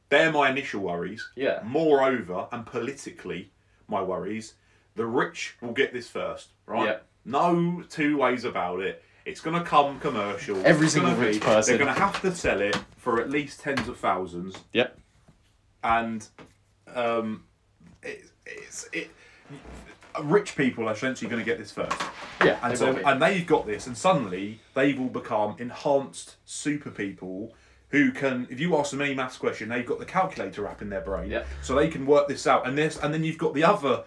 Speaker 1: they're my initial worries.
Speaker 2: Yeah.
Speaker 1: Moreover, and politically, my worries. The rich will get this first, right?
Speaker 2: Yeah.
Speaker 1: No two ways about it. It's going to come commercial.
Speaker 2: Every
Speaker 1: It's
Speaker 2: single
Speaker 1: gonna be-
Speaker 2: rich person.
Speaker 1: They're going to have to sell it for at least tens of thousands.
Speaker 2: yep.
Speaker 1: and um, it, it's it. Rich people are essentially going to get this first,
Speaker 2: Yeah.
Speaker 1: and
Speaker 2: they
Speaker 1: so
Speaker 2: will be.
Speaker 1: and they've got this, and suddenly they will become enhanced super people who can. If you ask them any maths question, they've got the calculator app in their brain,
Speaker 2: Yeah.
Speaker 1: so they can work this out. And this, and then you've got the other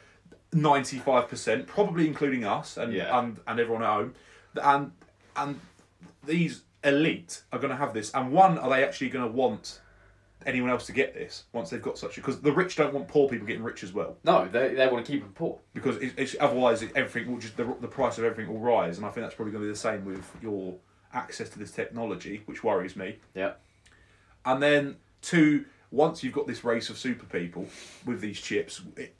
Speaker 1: ninety-five percent, probably including us and
Speaker 2: Yeah.
Speaker 1: and and everyone at home, and and these elite are going to have this, and one, are they actually going to want anyone else to get this once they've got such a? Because the rich don't want poor people getting rich as well,
Speaker 2: No, they, they want to keep them poor.
Speaker 1: because it, it's otherwise it, everything will just the, the price of everything will rise, and I think that's probably going to be the same with your access to this technology, which worries me.
Speaker 2: Yeah.
Speaker 1: And then two, once you've got this race of super people with these chips, it,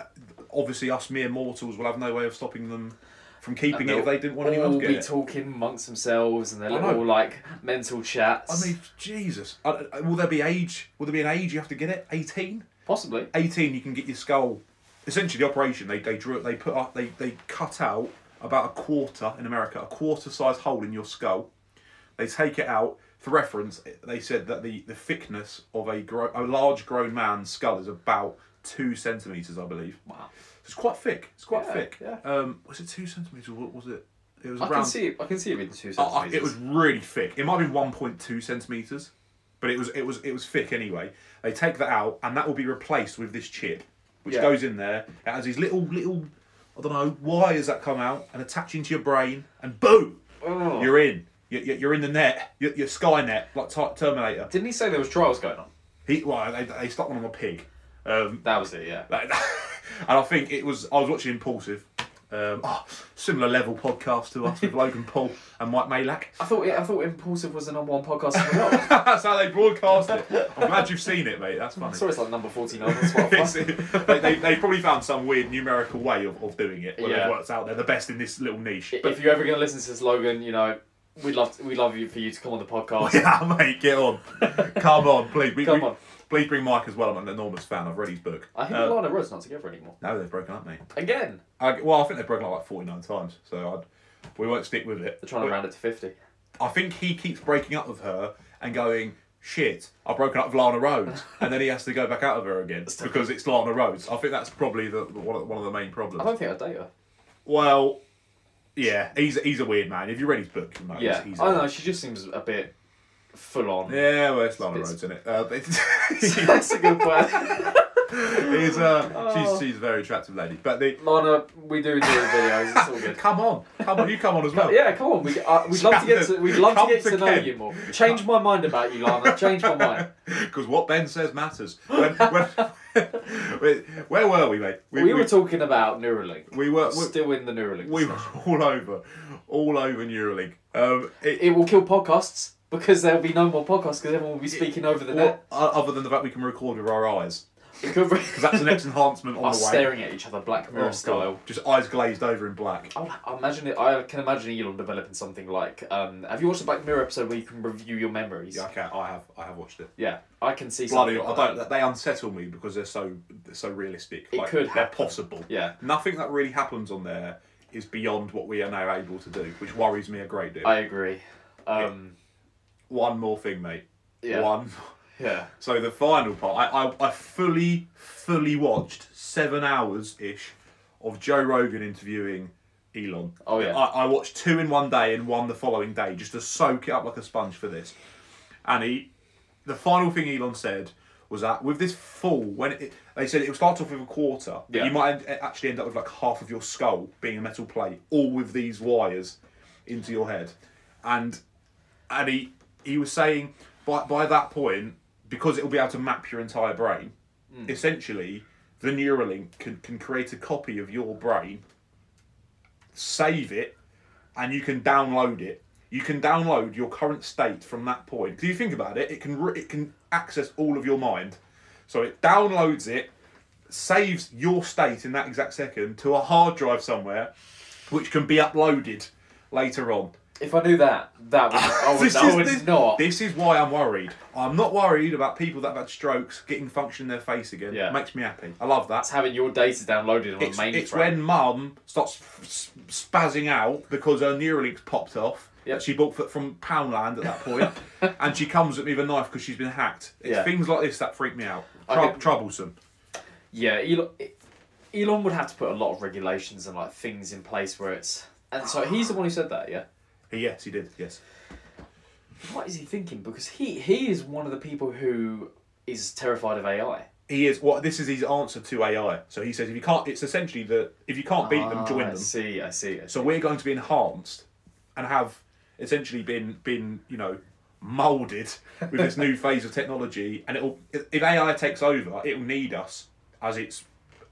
Speaker 1: obviously us mere mortals will have no way of stopping them from keeping it if they didn't want anyone
Speaker 2: all
Speaker 1: else to get
Speaker 2: be
Speaker 1: it.
Speaker 2: talking amongst themselves and their
Speaker 1: I know.
Speaker 2: little like mental chats.
Speaker 1: I mean, Jesus. I, I- will there be age? Will there be an age you have to get it? Eighteen.
Speaker 2: possibly.
Speaker 1: 18 you can get your skull essentially the operation they, they drew it they put up they, they cut out about a quarter in america a quarter size hole in your skull they take it out for reference they said that the, the thickness of a, gro- a large grown man's skull is about two centimeters i believe
Speaker 2: Wow.
Speaker 1: it's quite thick it's quite
Speaker 2: Yeah,
Speaker 1: thick
Speaker 2: yeah.
Speaker 1: um, was it two centimeters or what was it it was
Speaker 2: I
Speaker 1: around
Speaker 2: can see. I can see it being two
Speaker 1: Oh, I-
Speaker 2: centimeters.
Speaker 1: it was really thick. It might have been one point two centimeters, but it was it was it was thick anyway. They take that out, and that will be replaced with this chip, which
Speaker 2: Yeah.
Speaker 1: goes in there. It has these little little I don't know wires that come out and attach into your brain, and boom,
Speaker 2: Oh.
Speaker 1: you're in. You're, you're in the net. You're, you're Sky Net, like Ti- Terminator.
Speaker 2: Didn't he say there was trials going on?
Speaker 1: He, well, they, they stuck one on a pig. Um,
Speaker 2: That was it. Yeah.
Speaker 1: like <laughs> that. and I think it was I was watching Impulsive, um, oh, similar level podcast to
Speaker 2: <laughs>
Speaker 1: us with Logan Paul and Mike Malak.
Speaker 2: I thought. I thought Impulsive was the number one podcast in <laughs> the world.
Speaker 1: That's how they broadcast
Speaker 2: <laughs>
Speaker 1: it. I'm glad you've seen it, mate. That's funny.
Speaker 2: Sorry, it's like number forty nine on Spotify.
Speaker 1: <laughs> It's- they, they, they probably found some weird numerical way of, of doing it where
Speaker 2: Yeah.
Speaker 1: they've worked out they're the best in this little niche. But
Speaker 2: if you're ever going to listen to this, Logan, you know, we'd love to, we'd love you for you to come on the
Speaker 1: <laughs>
Speaker 2: podcast.
Speaker 1: yeah, mate, get
Speaker 2: <laughs>
Speaker 1: on. Come on, please. We-
Speaker 2: Come
Speaker 1: we-
Speaker 2: on.
Speaker 1: Please bring Mike as well. I'm an enormous fan. I've read his book.
Speaker 2: I think
Speaker 1: Uh,
Speaker 2: Lana Rhodes not together anymore.
Speaker 1: no, they've broken up, mate.
Speaker 2: Again,
Speaker 1: I, well, I think they've broken up like 49 times, so I'd, we won't stick with it.
Speaker 2: they're trying to
Speaker 1: But-
Speaker 2: round it to fifty.
Speaker 1: I think he keeps breaking up with her and going, shit, I've broken up with Lana
Speaker 2: <laughs>
Speaker 1: Rhodes. And then he has to go back out of her again because it's Lana Rhodes. I think that's probably the, the- one, of, one of the main
Speaker 2: I
Speaker 1: problems.
Speaker 2: don't think I'd date her.
Speaker 1: Well, yeah, he's, he's a weird man. If you read his book, you know, he's-
Speaker 2: Yeah, Oh,
Speaker 1: he's,
Speaker 2: I don't know. She just seems a bit full on.
Speaker 1: Yeah, well, it's Lana
Speaker 2: It's-
Speaker 1: Rhodes, isn't it? Uh, <laughs> but
Speaker 2: <laughs> That's a good point. <laughs>
Speaker 1: he's, uh, she's,
Speaker 2: Oh.
Speaker 1: she's a very attractive lady. But the,
Speaker 2: Lana, we do do videos. It's all
Speaker 1: <laughs>
Speaker 2: good.
Speaker 1: come on, come on, you come on as well.
Speaker 2: Yeah, come on. We, uh, we'd love to get to. We'd love to get to
Speaker 1: Come
Speaker 2: know
Speaker 1: again.
Speaker 2: you more. Change my mind about you, Lana. Change my mind.
Speaker 1: Because what Ben says matters. When, when, <laughs> where were <laughs> we, mate?
Speaker 2: We were talking about Neuralink.
Speaker 1: we were, we,
Speaker 2: Still in the Neuralink.
Speaker 1: We were <laughs> all over, all over Neuralink. Um, it,
Speaker 2: it will kill podcasts because there'll be no more podcasts because everyone will be speaking over the net.
Speaker 1: what, o- other than the fact we can record with our eyes,
Speaker 2: It could be- <laughs>
Speaker 1: because that's the next enhancement on
Speaker 2: Us
Speaker 1: the way.
Speaker 2: staring at each other, Black
Speaker 1: Oh,
Speaker 2: Mirror
Speaker 1: God.
Speaker 2: style.
Speaker 1: Just eyes glazed over in black.
Speaker 2: I'll, I'll imagine it. I can imagine Elon developing something like. Um, have you watched the Black Mirror episode where you can review your memories?
Speaker 1: Yeah, okay, I have, I have watched it.
Speaker 2: Yeah, I can see
Speaker 1: Bloody,
Speaker 2: something.
Speaker 1: I
Speaker 2: like that.
Speaker 1: don't. They unsettle me because they're so, they're so realistic.
Speaker 2: It could
Speaker 1: they're
Speaker 2: happen.
Speaker 1: possible.
Speaker 2: Yeah.
Speaker 1: Nothing that really happens on there is beyond what we are now able to do, which worries me a great deal.
Speaker 2: I agree. Um,
Speaker 1: One more thing, mate.
Speaker 2: Yeah.
Speaker 1: One.
Speaker 2: yeah.
Speaker 1: So the final part, I, I, I fully, fully watched seven hours ish of Joe Rogan interviewing Elon.
Speaker 2: Oh, yeah.
Speaker 1: I, I watched two in one day and one the following day just to soak it up like a sponge for this. And he, the final thing Elon said was that with this full, when it, they said it would start off with a quarter, but
Speaker 2: Yeah.
Speaker 1: you might end, actually end up with like half of your skull being a metal plate, all with these wires into your head, and and he he was saying by by that point because it will be able to map your entire brain, essentially the Neuralink can can create a copy of your brain, save it, and you can download it. You can download your current state from that point. If you think about it, it can re- it can access all of your mind, so it downloads it, saves your state in that exact second to a hard drive somewhere, which can be uploaded later on.
Speaker 2: If I knew that,
Speaker 1: <laughs>
Speaker 2: that would. I would, I would
Speaker 1: this,
Speaker 2: Oh, not.
Speaker 1: this is why I'm worried. I'm not worried about people that have had strokes getting function in their face again.
Speaker 2: Yeah.
Speaker 1: Makes me happy. I love that.
Speaker 2: It's having your data downloaded on
Speaker 1: It's,
Speaker 2: a mainframe.
Speaker 1: it's when mum starts f- s- spazzing out because her Neuralink's popped off
Speaker 2: Yep.
Speaker 1: that she bought f- from Poundland at that point,
Speaker 2: <laughs>
Speaker 1: and she comes at me with a knife because she's been hacked. It's
Speaker 2: Yeah.
Speaker 1: things like this that freak me out.
Speaker 2: I
Speaker 1: Trou-
Speaker 2: could-
Speaker 1: Troublesome.
Speaker 2: Yeah, Elon, Elon would have to put a lot of regulations and like things in place where it's. And so he's the one who said that, yeah.
Speaker 1: Yes, he did. Yes.
Speaker 2: What is he thinking? Because he he is one of the people who is terrified of AI.
Speaker 1: He is what this is his answer to AI. So he says if you can't it's essentially that if you can't beat them, join
Speaker 2: I
Speaker 1: them.
Speaker 2: see, I see. I see.
Speaker 1: So we're going to be enhanced and have essentially been been you know molded with this
Speaker 2: <laughs>
Speaker 1: new phase of technology, and it'll if AI takes over, it'll need us as it's.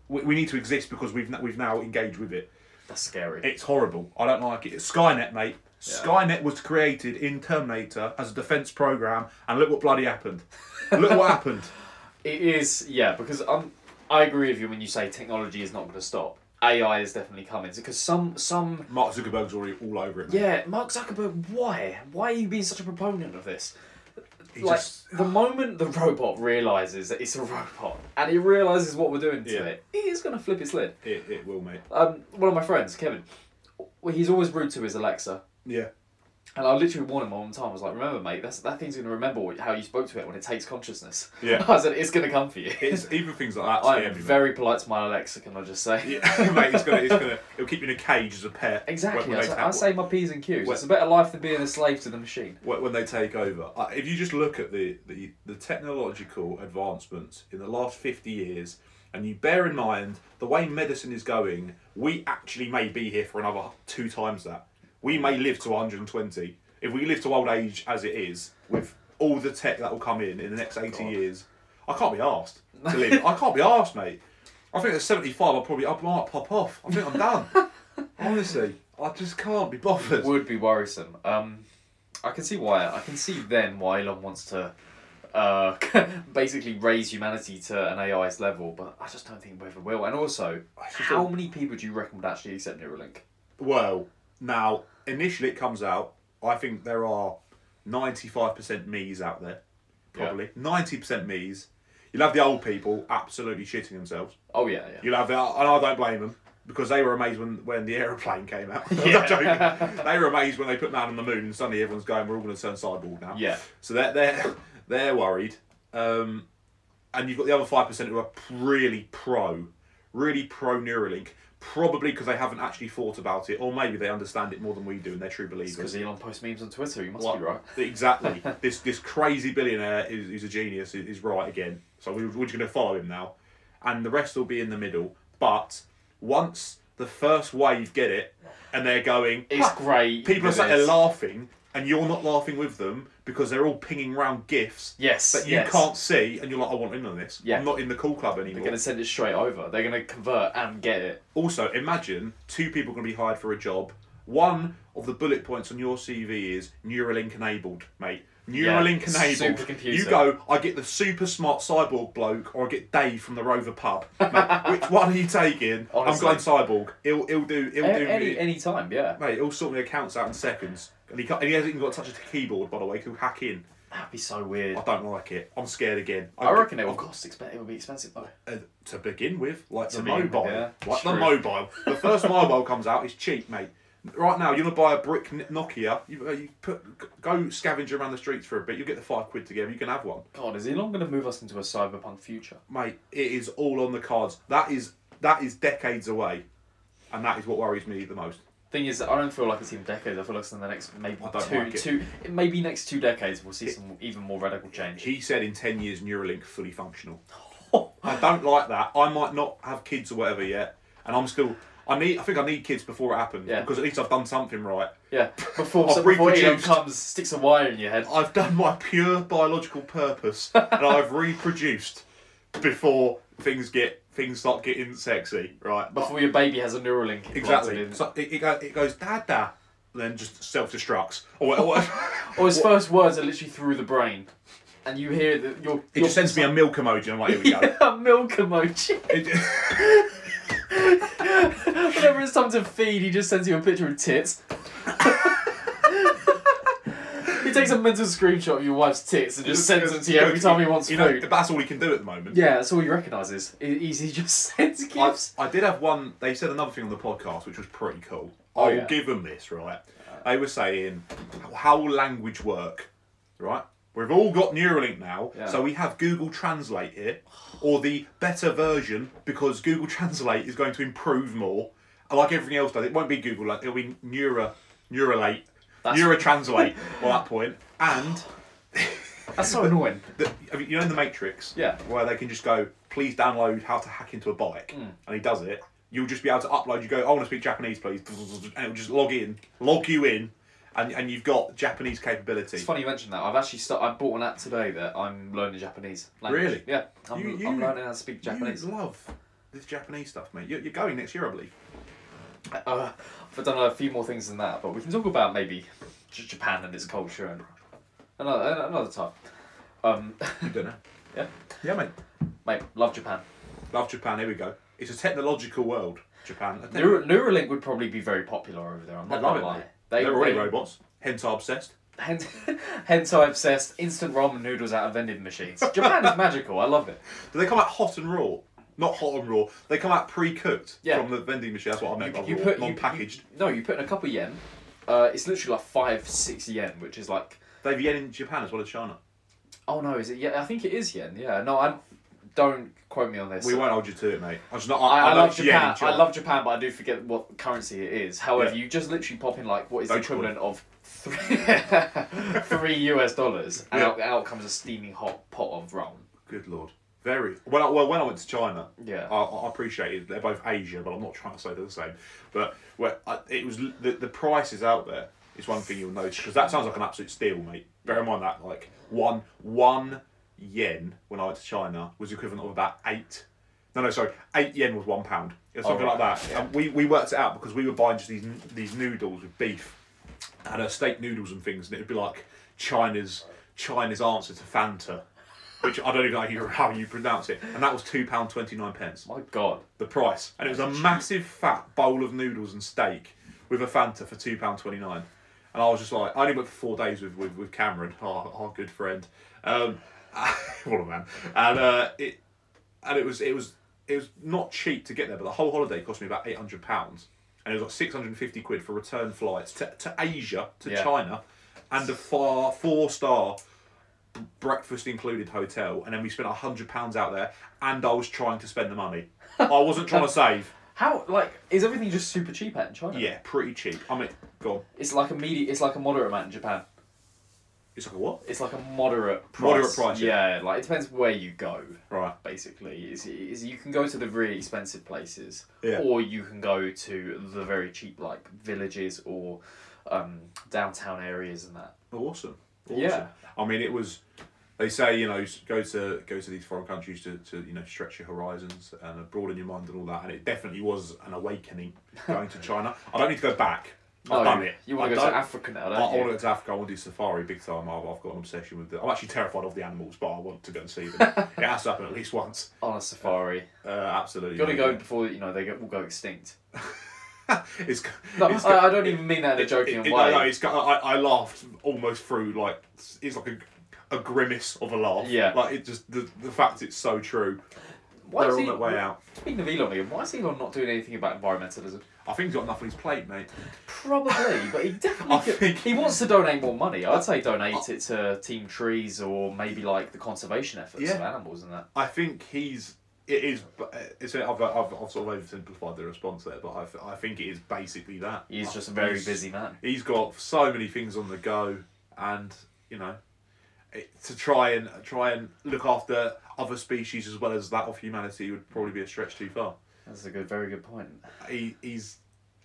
Speaker 1: We, we need to exist because we've n- we've now engaged with it.
Speaker 2: That's scary.
Speaker 1: It's horrible. I don't like it. It's Skynet, mate.
Speaker 2: Yeah.
Speaker 1: Skynet was created in Terminator as a defense program, and look what bloody happened. look what
Speaker 2: <laughs>
Speaker 1: happened.
Speaker 2: It is, yeah, because um, I agree with you when you say technology is not going to stop. AI is definitely coming because some some
Speaker 1: Mark Zuckerberg's already all over it. mate.
Speaker 2: yeah, Mark Zuckerberg, why why are you being such a proponent of this?
Speaker 1: He
Speaker 2: like
Speaker 1: just-
Speaker 2: the moment the robot realizes that it's a robot and it realizes what we're doing to
Speaker 1: Yeah.
Speaker 2: it, it is going to flip its lid.
Speaker 1: it, it will, mate.
Speaker 2: Um, one of my friends, Kevin, well, he's always rude to his Alexa.
Speaker 1: Yeah.
Speaker 2: And I literally warned him all the time. I was like, "Remember, mate, that's, that thing's gonna remember what, how you spoke to it when it takes consciousness."
Speaker 1: Yeah.
Speaker 2: <laughs> I said, "It's gonna come for you."
Speaker 1: It's even things like that.
Speaker 2: I'm
Speaker 1: scare me, mate.
Speaker 2: very polite to my Alexa. Can I just say?
Speaker 1: <laughs> Yeah, mate, it's gonna, it's gonna, it'll keep you in a cage as a pet.
Speaker 2: <laughs> Exactly.
Speaker 1: When,
Speaker 2: I,
Speaker 1: when,
Speaker 2: say,
Speaker 1: they,
Speaker 2: I
Speaker 1: take,
Speaker 2: say my p's and q's.
Speaker 1: Well-
Speaker 2: It's a better life than being a slave to the machine.
Speaker 1: when, when they take over. Uh, If you just look at the, the, the technological advancements in the last 50 years, and you bear in mind the way medicine is going, we actually may be here for another two times that. We may live to 120. If we live to old age as it is, with all the tech that will come in in the next 80
Speaker 2: God.
Speaker 1: years, I can't be asked to live. I can't be asked, mate. I think at 75, I'll probably, I might pop off. I think I'm done. Honestly, I just can't be bothered.
Speaker 2: Would be worrisome. Um, I can see why. I can see then why Elon wants to, uh, <laughs> basically raise humanity to an AI's level. But I just don't think we ever will. And also,
Speaker 1: It's just
Speaker 2: how
Speaker 1: all-
Speaker 2: many people do you reckon would actually accept Neuralink?
Speaker 1: Well, now initially it comes out. I think there are ninety-five percent me's out there, probably ninety percent me's. You'll have the old people absolutely shitting themselves.
Speaker 2: Oh yeah, yeah.
Speaker 1: You'll have the, and I don't blame them because they were amazed when, when the aeroplane came out. <laughs> I'm
Speaker 2: Yeah.
Speaker 1: not joking. They were amazed when they put man on the moon, and suddenly everyone's going, "We're all going to turn cyborg now."
Speaker 2: Yeah.
Speaker 1: So they're they're they're worried, um, and you've got the other five percent who are really pro, really pro Neuralink, probably because they haven't actually thought about it, or maybe they understand it more than we do, and they're true
Speaker 2: Because
Speaker 1: believers.
Speaker 2: Elon posts memes on Twitter. You must
Speaker 1: What-
Speaker 2: be right. <laughs>
Speaker 1: Exactly. this this crazy billionaire is, is a genius. Is, is right again. So we, we're just going to follow him now, and the rest will be in the middle. But once the first wave get it, and they're going,
Speaker 2: It's
Speaker 1: "Ha,
Speaker 2: great.
Speaker 1: People are
Speaker 2: look at
Speaker 1: sat there
Speaker 2: this."
Speaker 1: laughing, and you're not laughing with them because they're all pinging round gifs
Speaker 2: Yes.
Speaker 1: that you
Speaker 2: yes.
Speaker 1: can't see, and you're like, I want in on this.
Speaker 2: Yeah.
Speaker 1: I'm not in the cool club
Speaker 2: They're
Speaker 1: anymore.
Speaker 2: gonna send it straight over. They're gonna convert and get it.
Speaker 1: Also, imagine two people going to be hired for a job. One of the bullet points on your CV is Neuralink enabled, mate. Neuralink enabled.
Speaker 2: supercomputer.
Speaker 1: You go, I get the super smart cyborg bloke, or I get Dave from the Rover pub.
Speaker 2: <laughs>
Speaker 1: Mate, which one are you taking?
Speaker 2: Honestly.
Speaker 1: I'm going cyborg. He'll, he'll do. He'll
Speaker 2: A-
Speaker 1: do me.
Speaker 2: any any time, yeah.
Speaker 1: Mate, he'll sort my accounts out in seconds. And he, can't, and he hasn't even got to touch a keyboard, by the way. He'll hack in.
Speaker 2: That'd be so weird.
Speaker 1: I don't like it. I'm scared again.
Speaker 2: I reckon it
Speaker 1: I've
Speaker 2: would
Speaker 1: got-
Speaker 2: cost expen- It would be expensive though.
Speaker 1: uh, to begin with, like the
Speaker 2: begin with,
Speaker 1: mobile,
Speaker 2: yeah.
Speaker 1: like the
Speaker 2: True.
Speaker 1: mobile. The first mobile comes out, it's cheap, mate. Right now, you want to buy a brick N- Nokia. You, uh, you put go scavenge around the streets for a bit. You'll get the five quid together. You can have one,
Speaker 2: God, is Elon going to move us into a cyberpunk future?
Speaker 1: mate. It is all on the cards. That is that is decades away, and that is what worries me the most.
Speaker 2: Thing is, I don't feel like it's even decades. I feel like it's in the next maybe
Speaker 1: I don't
Speaker 2: two,
Speaker 1: like it.
Speaker 2: two, maybe next two decades we'll see some even more radical change.
Speaker 1: He said in ten years, Neuralink fully
Speaker 2: <laughs>
Speaker 1: functional. I don't like that. I might not have kids or whatever yet, and I'm still. I need. I think I need kids before it happens
Speaker 2: Yeah.
Speaker 1: because at least I've done something right.
Speaker 2: Yeah, before <laughs>
Speaker 1: I've
Speaker 2: so before Elon
Speaker 1: reproduced.
Speaker 2: comes, sticks a wire in your head.
Speaker 1: I've done my pure biological purpose and I've reproduced before things get things start getting sexy, right?
Speaker 2: Before your baby has a Neuralink. implanted
Speaker 1: exactly.
Speaker 2: in.
Speaker 1: So it, it, go, it goes dad da, then just self destructs or
Speaker 2: <laughs>
Speaker 1: whatever.
Speaker 2: Or his first words are literally through the brain, and you hear that your.
Speaker 1: it just sends me a milk emoji. I'm like, here we go.
Speaker 2: <laughs> a milk emoji. <laughs>
Speaker 1: It just-
Speaker 2: Whenever it's time to feed, he just sends you a picture of tits. <laughs> he takes a mental screenshot of your wife's tits and just sends them to you every time he wants
Speaker 1: you Know,
Speaker 2: food.
Speaker 1: but that's all he can do at the moment.
Speaker 2: Yeah, that's all he recognises. He, he just <laughs> sends
Speaker 1: I,
Speaker 2: gifts.
Speaker 1: I did have one. They said another thing on the podcast, which was pretty cool.
Speaker 2: Oh,
Speaker 1: I will
Speaker 2: yeah.
Speaker 1: give them this, right? They were saying how will language work, right? We've all got Neuralink now,
Speaker 2: Yeah.
Speaker 1: so we have Google Translate here, or the better version because Google <laughs> Translate is going to improve more. Like everything else does, it won't be Google, like, it'll be Neura, Neuralate,
Speaker 2: That's-
Speaker 1: Neurotranslate at that point. And
Speaker 2: That's so annoying.
Speaker 1: the, I mean, you know in the Matrix,
Speaker 2: Yeah.
Speaker 1: where they can just go, please download how to hack into a bike, and he does it. You'll just be able to upload. You go, I want to speak Japanese, please, and it'll just log in, log you in, and and you've got Japanese capability.
Speaker 2: It's funny you mentioned that. I've actually start, I bought an app today that I'm learning Japanese. Language.
Speaker 1: Really?
Speaker 2: Yeah. I'm,
Speaker 1: You- you-
Speaker 2: I'm learning how to speak Japanese.
Speaker 1: You love this Japanese stuff, mate. You're, you're going next year, I believe.
Speaker 2: Uh, I've done a few more things than that, but we can talk about maybe J- Japan and its culture and another another time. Um,
Speaker 1: You don't know.
Speaker 2: Yeah.
Speaker 1: Yeah, mate.
Speaker 2: mate, love Japan.
Speaker 1: Love Japan. Here we go. It's a technological world. Japan. A
Speaker 2: Neuro- Neuralink would probably be very popular over there. I'm
Speaker 1: I
Speaker 2: not
Speaker 1: love
Speaker 2: gonna
Speaker 1: it.
Speaker 2: lie.
Speaker 1: Mate. They, are already
Speaker 2: <laughs>
Speaker 1: robots. Hentai obsessed.
Speaker 2: Hence, hence I obsessed instant ramen noodles out of vending machines. Japan is <laughs> magical. I love it.
Speaker 1: Do they come out hot and raw? Not hot and raw. They come out pre-cooked
Speaker 2: Yeah.
Speaker 1: from the vending machine. That's what I meant. by
Speaker 2: You,
Speaker 1: raw,
Speaker 2: you put you-
Speaker 1: non-packaged.
Speaker 2: you- no, you put in a couple yen. Uh, it's literally like five, six yen, which is like
Speaker 1: They've yen in Japan as well as China.
Speaker 2: oh no, is it? Yeah, I think it is yen. Yeah, no, I don't quote me on this.
Speaker 1: We won't hold you to it, mate. I'm just not.
Speaker 2: I, I,
Speaker 1: know
Speaker 2: love
Speaker 1: it's yen in
Speaker 2: Japan. I
Speaker 1: China.
Speaker 2: love Japan, but I do forget what currency it is. However,
Speaker 1: Yeah.
Speaker 2: you just literally pop in like what is the
Speaker 1: Dogecoin.
Speaker 2: equivalent of three, three <laughs> US dollars, and
Speaker 1: Yeah.
Speaker 2: out, out comes a steaming hot pot of ramen.
Speaker 1: Good lord. Very well. I, well, when I went to China,
Speaker 2: Yeah.
Speaker 1: I, I appreciated they're both Asia, but I'm not trying to say they're the same. But well, I, it was l- the the prices out there is one thing you'll notice because that sounds like an absolute steal, mate. Bear in mind that like one one yen when I went to China was equivalent of about eight. No, no, sorry, eight yen was one pound. It was something
Speaker 2: Oh, right.
Speaker 1: like that. And we, we worked it out because we were buying just these n- these noodles with beef and uh, steak noodles and things, and it would be like China's China's answer to Fanta, which I don't even know how you, how you pronounce it, and that was two pound twenty nine pence,
Speaker 2: My God,
Speaker 1: the price, and it was a massive fat bowl of noodles and steak with a Fanta for two pound twenty nine, and I was just like, I only went for four days with with, with Cameron, our, our good friend, um, <laughs> what a man, and uh, it and it was it was it was not cheap to get there, but the whole holiday cost me about eight hundred pounds, and it was like six hundred and fifty quid for return flights to, to Asia to
Speaker 2: Yeah.
Speaker 1: China, and a far four star breakfast included hotel, and then we spent hundred pounds out there, and I was trying to spend the money. I wasn't trying to save.
Speaker 2: how like is everything just super cheap out in China?
Speaker 1: Yeah, pretty cheap. I mean, God,
Speaker 2: it's like a medi- It's like a moderate amount in Japan.
Speaker 1: it's like a what?
Speaker 2: It's like a moderate price.
Speaker 1: Moderate price,
Speaker 2: Yeah, like it depends where you go.
Speaker 1: Right.
Speaker 2: Basically, is is you can go to the really expensive places,
Speaker 1: Yeah.
Speaker 2: or you can go to the very cheap like villages or um, downtown areas and that.
Speaker 1: Awesome. awesome.
Speaker 2: Yeah.
Speaker 1: I mean, it was. They say you know s- go to go to these foreign countries to, to you know stretch your horizons and uh, broaden your mind and all that, and it definitely was an awakening going
Speaker 2: <laughs>
Speaker 1: to China. I don't need to go back. I've
Speaker 2: No,
Speaker 1: done it.
Speaker 2: Oh, You want
Speaker 1: I
Speaker 2: to go
Speaker 1: don't-
Speaker 2: to Africa now,
Speaker 1: I,
Speaker 2: don't
Speaker 1: I
Speaker 2: you?
Speaker 1: want to go to Africa. I want to do safari big time. I've, I've got an obsession with. The, I'm actually terrified of the animals, but I want to go and see
Speaker 2: <laughs>
Speaker 1: them. it has to happen at least once.
Speaker 2: On a safari.
Speaker 1: Uh, absolutely.
Speaker 2: You got to
Speaker 1: mate.
Speaker 2: go before you know they get, will go extinct.
Speaker 1: <laughs> it's, <laughs>
Speaker 2: No,
Speaker 1: it's-
Speaker 2: I, I don't even mean that in a joking
Speaker 1: It- it-
Speaker 2: way.
Speaker 1: no, no, it's got, I, I laughed almost through like it's like a, a grimace of a laugh.
Speaker 2: Yeah.
Speaker 1: Like it just the, the fact it's so true.
Speaker 2: Why
Speaker 1: They're
Speaker 2: is
Speaker 1: on
Speaker 2: he-
Speaker 1: their way out.
Speaker 2: Speaking of Elon, again, why is Elon not doing anything about environmentalism?
Speaker 1: I think he's got enough on his plate, mate.
Speaker 2: Probably,
Speaker 1: <laughs>
Speaker 2: but he
Speaker 1: I
Speaker 2: definitely could,
Speaker 1: think-
Speaker 2: he wants to donate more money. I'd say donate it to Team Trees or maybe like the conservation efforts of
Speaker 1: Yeah.
Speaker 2: animals and that.
Speaker 1: I think he's it is. but, uh, It's I've, I've, I've sort of oversimplified the response there, but I, th- I think it is basically that.
Speaker 2: He's
Speaker 1: I-
Speaker 2: just a very
Speaker 1: he's-
Speaker 2: busy man.
Speaker 1: He's got so many things on the go, and you know, it, to try and try and look after other species as well as that of humanity would probably be a stretch too far.
Speaker 2: That's a good, very good point.
Speaker 1: he, he's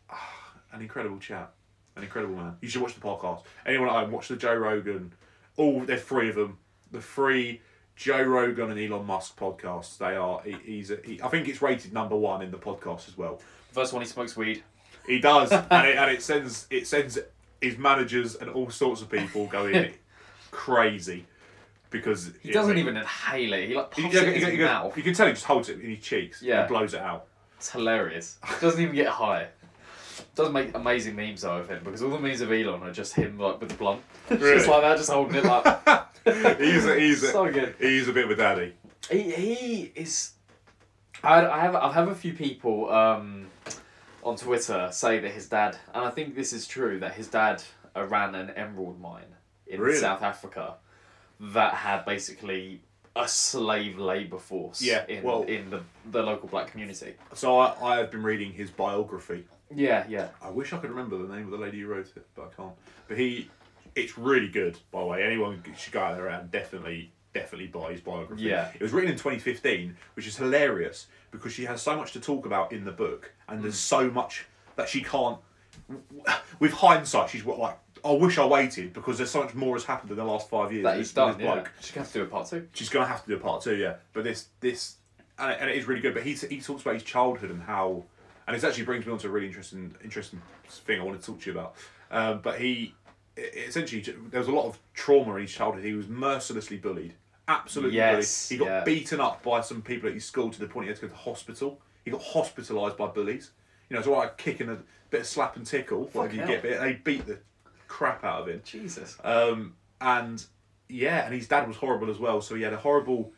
Speaker 1: ah, an incredible chap, an incredible man. You should watch the podcast. Anyone at home, watch the Joe Rogan. All there's three of them. The three Joe Rogan and Elon Musk podcasts. They are. He, he's. A, he, I think it's rated number one in the podcast as well.
Speaker 2: First one, he smokes weed.
Speaker 1: He does, and, it, and it sends it sends his managers and all sorts of people
Speaker 2: <laughs>
Speaker 1: going crazy because
Speaker 2: He doesn't even inhale it. He like
Speaker 1: You,
Speaker 2: puffs
Speaker 1: you,
Speaker 2: it in
Speaker 1: you-
Speaker 2: his
Speaker 1: you-
Speaker 2: mouth.
Speaker 1: you can tell he just holds it in his cheeks.
Speaker 2: Yeah.
Speaker 1: and blows it
Speaker 2: <laughs>
Speaker 1: out.
Speaker 2: It's hilarious. Doesn't even get high. Does make amazing memes though of him because all the memes of Elon are just him like with the blunt,
Speaker 1: Really?
Speaker 2: just like that, just holding it like.
Speaker 1: He's a, he's a,
Speaker 2: so good.
Speaker 1: he's a bit of a daddy.
Speaker 2: He, he is. I, I have I have a few people um, on Twitter say that his dad, and I think this is true, that his dad uh, ran an emerald mine in
Speaker 1: Really?
Speaker 2: South Africa that had basically a slave labor force
Speaker 1: Yeah,
Speaker 2: in
Speaker 1: well-
Speaker 2: in the, the local black community.
Speaker 1: So I, I have been reading his biography.
Speaker 2: Yeah, yeah.
Speaker 1: I wish I could remember the name of the lady who wrote it, but I can't. But he, it's really good, by the way. Anyone should go out there and definitely, definitely buy his biography.
Speaker 2: Yeah.
Speaker 1: It was written in 2015, which is hilarious because she has so much to talk about
Speaker 2: Mm.
Speaker 1: in the book, and there's so much that she can't. With hindsight, she's what like I wish I waited because there's so much more has happened in the last five years.
Speaker 2: That
Speaker 1: with
Speaker 2: is
Speaker 1: this-
Speaker 2: done.
Speaker 1: with this
Speaker 2: Yeah.
Speaker 1: bloke.
Speaker 2: She's gonna have to do a part two.
Speaker 1: she's gonna have to do a part two, yeah. But this this and it, and it is really good. But he he talks about his childhood and how, and it actually brings me on to a really interesting interesting thing I want to talk to you about. Um, but he i- essentially j- there was a lot of trauma in his childhood. He was mercilessly bullied, absolutely
Speaker 2: Yes,
Speaker 1: bullied. He got
Speaker 2: yeah.
Speaker 1: beaten up by some people at his school to the point he had to go to hospital. He got hospitalised by bullies. You know, it's all right kicking a bit of slap and tickle, whatever
Speaker 2: Fucking
Speaker 1: you get.
Speaker 2: hell.
Speaker 1: But they beat the crap out of him.
Speaker 2: Jesus.
Speaker 1: Um, and yeah, and his dad was horrible as well. So he had a horrible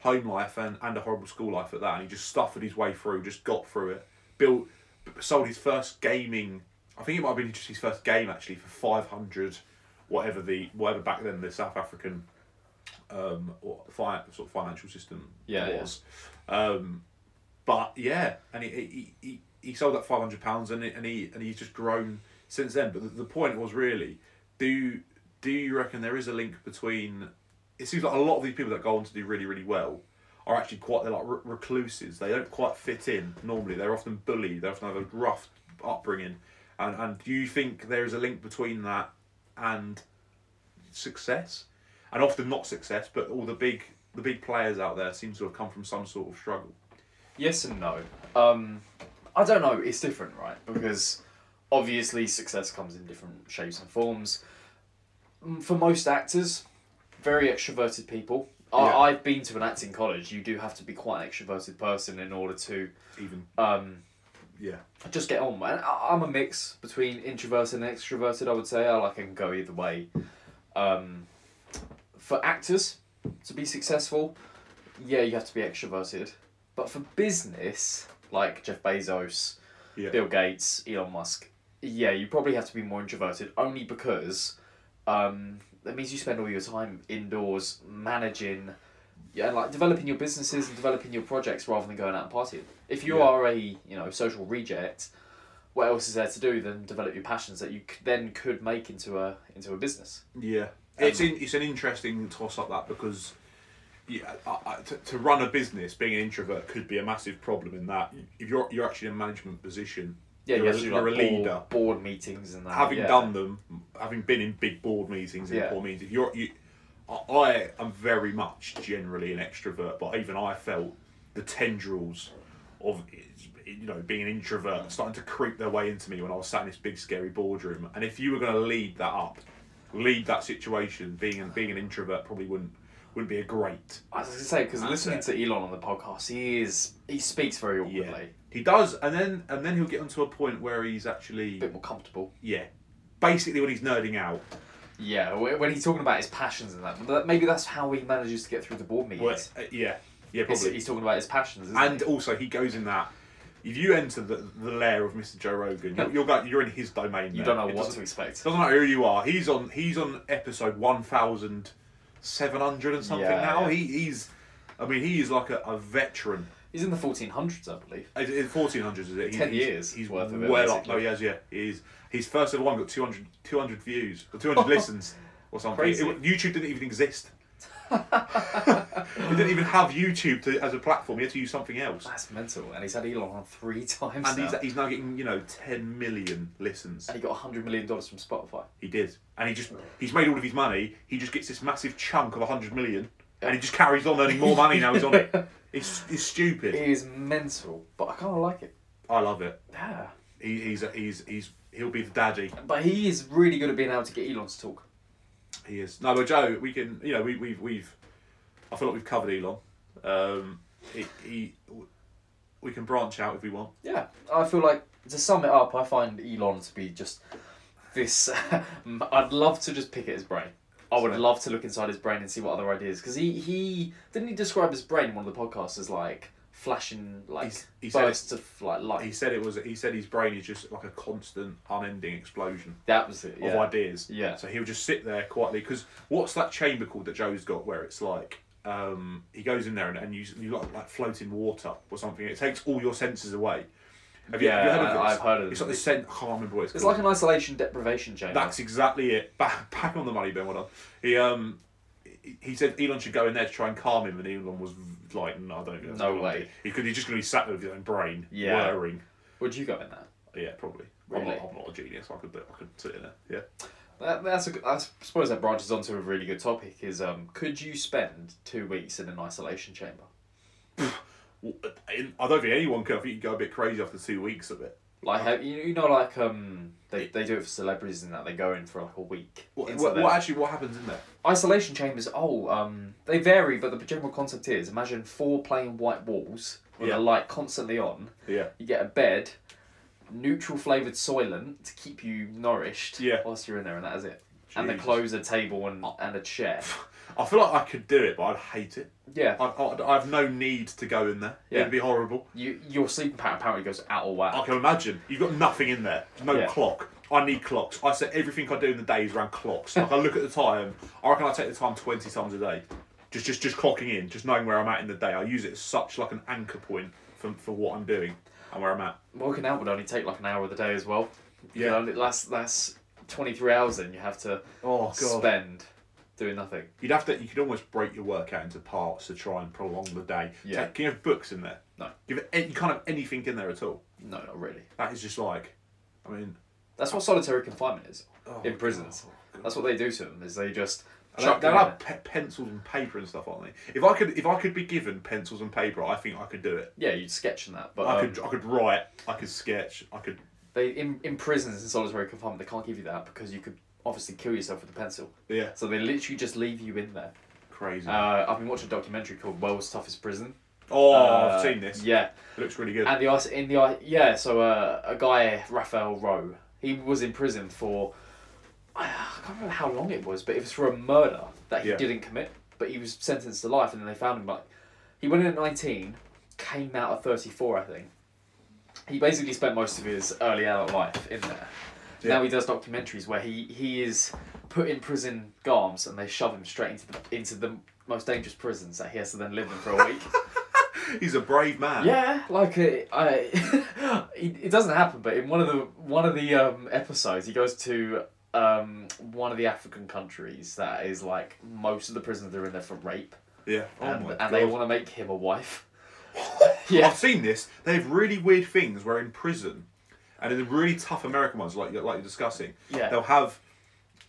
Speaker 1: home life and, and a horrible school life at that. And he just suffered his way through, just got through it. Built, sold his first gaming. I think it might have been just his first game actually for five hundred, whatever the whatever back then the South African, um, or fi- sort of financial system
Speaker 2: Yeah, yeah.
Speaker 1: was. Um, but yeah, and he he, he, he sold that five hundred pounds, and he, and he and he's just grown since then. But the, the point was really, do do you reckon there is a link between? It seems like a lot of these people that go on to do really really well are actually quite they're like re- recluses. They don't quite fit in normally. They're often bullied. They often have a rough upbringing, and and do you think there is a link between that and success, and often not success, but all the big the big players out there seem to have come from some sort of struggle.
Speaker 2: Yes and no. Um, I don't know. It's different, right? Because obviously success comes in different shapes and forms. Mm, For most actors, very extroverted people.
Speaker 1: Yeah.
Speaker 2: I, I've been to an acting college. You do have to be quite an extroverted person in order to
Speaker 1: Even
Speaker 2: um,
Speaker 1: yeah.
Speaker 2: just get on, man. I- I'm a mix between introverted and extroverted. I would say I like I can go either way. Um, for actors to be successful, yeah, you have to be extroverted. But for business, like Jeff Bezos,
Speaker 1: Yeah.
Speaker 2: Bill Gates, Elon Musk, yeah, you probably have to be more introverted. Only because um, that means you spend all your time indoors managing, yeah, and, like developing your businesses and developing your projects rather than going out and partying. If you
Speaker 1: Yeah.
Speaker 2: are a you know social reject, what else is there to do than develop your passions that you c- then could make into a into a business?
Speaker 1: Yeah, it's in, it's an interesting toss up that because yeah, I, I, to, to run a business, being an introvert could be a massive problem in that if you're you're actually in a management position,
Speaker 2: Yeah,
Speaker 1: you're,
Speaker 2: you
Speaker 1: a,
Speaker 2: have to do
Speaker 1: you're
Speaker 2: like
Speaker 1: a leader.
Speaker 2: board, board meetings and that.
Speaker 1: Having
Speaker 2: yeah.
Speaker 1: done them, having been in big board meetings and
Speaker 2: Yeah.
Speaker 1: poor meetings, if you're you, I- I am very much generally an extrovert, but even I felt the tendrils of you know being an introvert starting to creep their way into me when I was sat in this big scary boardroom. And if you were going to lead that up, lead that situation, being an, being an introvert probably wouldn't wouldn't be a great.
Speaker 2: I was gonna say because
Speaker 1: That's
Speaker 2: listening
Speaker 1: it.
Speaker 2: to Elon on the podcast, he is he speaks very awkwardly,
Speaker 1: he does, and then and then he'll get onto a point where he's
Speaker 2: a
Speaker 1: actually
Speaker 2: bit more comfortable.
Speaker 1: yeah, basically when he's nerding out.
Speaker 2: Yeah, wh- when he's talking about his passions and that, but maybe that's how he manages to get through the board
Speaker 1: Well,
Speaker 2: meetings.
Speaker 1: uh, yeah, yeah,
Speaker 2: He's,
Speaker 1: probably.
Speaker 2: he's talking about his passions, isn't
Speaker 1: And
Speaker 2: he?
Speaker 1: also, he goes in that. If you enter the, the lair of Mr. Joe Rogan, you're, you're, go- you're in his domain.
Speaker 2: You
Speaker 1: there.
Speaker 2: don't know
Speaker 1: It
Speaker 2: what to
Speaker 1: doesn't,
Speaker 2: expect.
Speaker 1: doesn't matter who you are. He's on. He's on episode one thousand seven hundred and something
Speaker 2: Yeah,
Speaker 1: now.
Speaker 2: yeah.
Speaker 1: He, he's. I mean, he is like a, a veteran.
Speaker 2: He's in the fourteen hundreds, I believe.
Speaker 1: In fourteen hundreds, is it? He-
Speaker 2: Ten
Speaker 1: he's,
Speaker 2: years
Speaker 1: He's
Speaker 2: worth of it,
Speaker 1: well up.
Speaker 2: basically.
Speaker 1: No, he has. Yeah, he is. His first ever one got 200, 200 views or
Speaker 2: <laughs>
Speaker 1: two hundred listens or something.
Speaker 2: Crazy.
Speaker 1: It- YouTube didn't even exist. <laughs> he didn't even have YouTube to, as a platform. He had to use something else.
Speaker 2: That's mental, and he's had Elon on three <laughs> times
Speaker 1: And
Speaker 2: now.
Speaker 1: he's, he's now getting, you know, 10 million listens.
Speaker 2: and he got hundred million dollars from Spotify.
Speaker 1: He did. And he just, he's made all of his money. He just gets this massive chunk of 100 million and he just carries on earning more money now he's on it. It's, it's stupid.
Speaker 2: It is mental, but I kind of like it.
Speaker 1: I love it.
Speaker 2: Yeah,
Speaker 1: He, he's, he's, he's, he'll be the daddy.
Speaker 2: but he is really good at being able to get Elon to talk.
Speaker 1: He is. No, but Joe, we can, you know, we, we've, we've, I feel like we've covered Elon. Um, he, he, we can branch out if we want.
Speaker 2: Yeah, I feel like to sum it up, I find Elon to be just this. <laughs> I'd love to just pick at his brain. I would
Speaker 1: Same.
Speaker 2: love to look inside his brain and see what other ideas because he he didn't he describe his brain in one of the podcasts as like flashing like
Speaker 1: He's- he said it-
Speaker 2: bursts of like light.
Speaker 1: He said it was, he said his brain is just like a constant, unending explosion.
Speaker 2: that was it.
Speaker 1: of
Speaker 2: Yeah.
Speaker 1: ideas.
Speaker 2: Yeah.
Speaker 1: So he'll just sit there quietly because what's that chamber called that Joe's got where it's like um, he goes in there and, and you you like like floating water or something. It takes all your senses away. Have you, have you
Speaker 2: Yeah,
Speaker 1: heard of
Speaker 2: I-
Speaker 1: this?
Speaker 2: I've heard of
Speaker 1: It's
Speaker 2: it.
Speaker 1: like this scent. I can't remember what it's,
Speaker 2: It's
Speaker 1: called.
Speaker 2: like an isolation deprivation chamber.
Speaker 1: That's exactly it. <laughs> Back, back on the money, Ben. Well done. He um. he- He said Elon should go in there to try and calm him, and Elon was like, "No, I don't think that's
Speaker 2: No
Speaker 1: a good
Speaker 2: way.
Speaker 1: idea." He could. He's just going to be sat there with his own brain,
Speaker 2: Yeah.
Speaker 1: whirring.
Speaker 2: Would you go in that?
Speaker 1: Yeah, probably. I'm,
Speaker 2: Really?
Speaker 1: not, I'm not a genius. I could. do- I could sit in there. Yeah.
Speaker 2: That, that's a, I suppose that branches onto a really good topic. Is um, could you spend two weeks in an isolation chamber?
Speaker 1: I don't think anyone could. I think you go a bit crazy after two weeks of it.
Speaker 2: Like have, you, you know, like um, they, they do it for celebrities and that they go in for like a week.
Speaker 1: What,
Speaker 2: into
Speaker 1: what,
Speaker 2: their-
Speaker 1: what actually what happens in there?
Speaker 2: isolation chambers. Oh, um, they vary, but the general concept is: imagine four plain white walls with
Speaker 1: Yeah.
Speaker 2: a light constantly on.
Speaker 1: Yeah.
Speaker 2: You get a bed, neutral flavored soylent to keep you nourished.
Speaker 1: Yeah.
Speaker 2: Whilst you're in there, and that is it. And the
Speaker 1: Jesus.
Speaker 2: clothes, a table, and and
Speaker 1: <laughs>
Speaker 2: a chair.
Speaker 1: I feel like I could do it, but I'd hate it.
Speaker 2: Yeah.
Speaker 1: I, I, I have no need to go in there.
Speaker 2: Yeah.
Speaker 1: It'd be horrible.
Speaker 2: You, your sleeping pattern apparently goes out of whack.
Speaker 1: I can imagine. You've got nothing in there. There's no
Speaker 2: Yeah.
Speaker 1: clock. I need clocks. I set everything I do in the days around clocks. Like I look at the time. I reckon I take the time twenty times a day. Just just just clocking in, just knowing where I'm at in the day. I use it as such like an anchor point for, for what I'm doing and where I'm at.
Speaker 2: Working out would only take like an hour of the day as well. You
Speaker 1: Yeah.
Speaker 2: know, and that's that's twenty three hours. Then you have to
Speaker 1: Oh god.
Speaker 2: spend doing nothing.
Speaker 1: You'd have to. You could almost break your workout into parts to try and prolong the day.
Speaker 2: Yeah.
Speaker 1: Take- can you have books in there?
Speaker 2: No.
Speaker 1: Give it. any- You can't have anything in there at all.
Speaker 2: No, not really.
Speaker 1: That is just like, I mean,
Speaker 2: That's what solitary confinement is
Speaker 1: Oh,
Speaker 2: in prisons. That's what they do to them. Is they just
Speaker 1: And
Speaker 2: chuck
Speaker 1: they
Speaker 2: them
Speaker 1: will
Speaker 2: in
Speaker 1: have pe- pencils and paper and stuff, aren't they? If I could, if I could be given pencils and paper, I think I could do it.
Speaker 2: there. Yeah, you'd sketch in that, but
Speaker 1: I
Speaker 2: um,
Speaker 1: could, I could write, I could sketch, I could.
Speaker 2: they in, in prisons in solitary confinement they can't give you that because you could obviously kill yourself with a pencil.
Speaker 1: Yeah,
Speaker 2: So they literally just leave you in there.
Speaker 1: crazy.
Speaker 2: Uh, I've been watching a documentary called World's Toughest Prison.
Speaker 1: oh,
Speaker 2: Uh,
Speaker 1: I've seen this.
Speaker 2: Yeah,
Speaker 1: It looks really good.
Speaker 2: And the ice in the ice, yeah. So uh, a guy Raphael Rowe, he was in prison for I can't remember how long it was, but it was for a murder that he
Speaker 1: Yeah.
Speaker 2: didn't commit, but he was sentenced to life, and then they found him like he went in at nineteen, came out at thirty four, I think. He basically spent most of his early adult life in there.
Speaker 1: Yeah.
Speaker 2: Now he does documentaries where he, he is put in prison garms and they shove him straight into the into the most dangerous prisons that he has to then live in for a week.
Speaker 1: He's a brave man.
Speaker 2: Yeah, like uh, I, <laughs> it, it doesn't happen. But in one of the one of the um, episodes, he goes to um, one of the African countries that is like most of the prisoners are in there for rape,
Speaker 1: yeah. Oh
Speaker 2: and,
Speaker 1: my
Speaker 2: and they
Speaker 1: God.
Speaker 2: want to make him a wife. <laughs> yeah.
Speaker 1: I've seen this. They have really weird things where in prison, and in the really tough American ones, like you're, like you're discussing,
Speaker 2: Yeah.
Speaker 1: they'll have,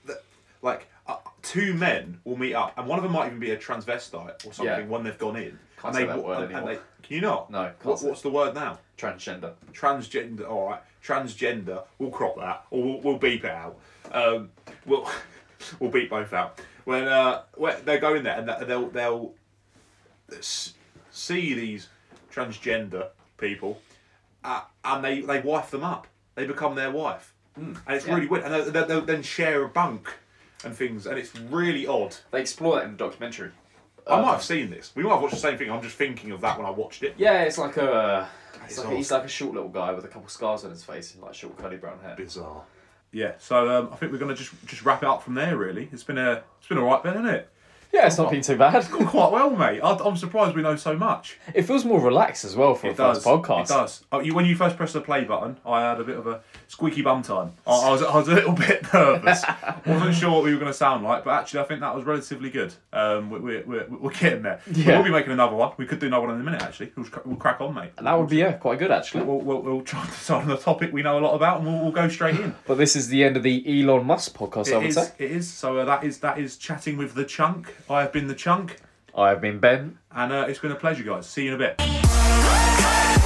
Speaker 1: th- like, uh, two men will meet up, and one of them might even be a transvestite or something
Speaker 2: Yeah.
Speaker 1: when they've gone in. and
Speaker 2: Can't say
Speaker 1: they,
Speaker 2: that
Speaker 1: wa-
Speaker 2: word
Speaker 1: and- and
Speaker 2: anymore.
Speaker 1: they- can you not?
Speaker 2: No, can't
Speaker 1: What,
Speaker 2: say it.
Speaker 1: what's the word now?
Speaker 2: Transgender.
Speaker 1: transgender. All right, transgender. We'll crop that, or we'll, we'll beep it out. Um, we'll <laughs> we'll beep both out. When uh, when they go in there and they- they'll they'll s- see these transgender people, uh, and they they wife them up. They become their wife, and it's
Speaker 2: yeah.
Speaker 1: really weird. And they'll, they'll, they'll then share a bunk and things, and it's really odd.
Speaker 2: They explore that in the documentary.
Speaker 1: I might have seen this. We might have watched the same thing. I'm just thinking of that when I watched it.
Speaker 2: Yeah, it's like a. It's
Speaker 1: It's
Speaker 2: like,
Speaker 1: odd.
Speaker 2: he's like a short little guy with a couple scars on his face and like short curly brown hair.
Speaker 1: bizarre. Yeah, so um, I think we're gonna just just wrap it up from there. Really, it's been a it's been all right, Ben, hasn't it?
Speaker 2: Yeah, it's not been too
Speaker 1: <laughs>
Speaker 2: bad.
Speaker 1: Gone quite well, mate. I, I'm surprised we know so much.
Speaker 2: It feels more relaxed as well for a
Speaker 1: It does.
Speaker 2: first podcast.
Speaker 1: It does. Oh, you, when you first pressed the play button, I had a bit of a squeaky bum time. I, I was I was a little <laughs> bit
Speaker 2: <laughs>
Speaker 1: nervous. wasn't sure what we were gonna sound like, but actually, I think that was relatively good. Um, we, we, we're we're getting there.
Speaker 2: Yeah.
Speaker 1: We'll be making another one. We could do another one in a minute. Actually, we'll, cr- we'll crack on, mate.
Speaker 2: And that would be yeah, quite good actually.
Speaker 1: We'll, we'll, we'll <laughs> try to decide on a topic we know a lot about, and we'll, we'll go straight in.
Speaker 2: But this is the end of the Elon Musk podcast, I
Speaker 1: It
Speaker 2: would
Speaker 1: is.
Speaker 2: say.
Speaker 1: It is. So uh, that is that is chatting with the chunk. I have been the chunk,
Speaker 2: I have been Ben.
Speaker 1: and uh, it's been a pleasure, guys. See you in a bit.
Speaker 3: Come on,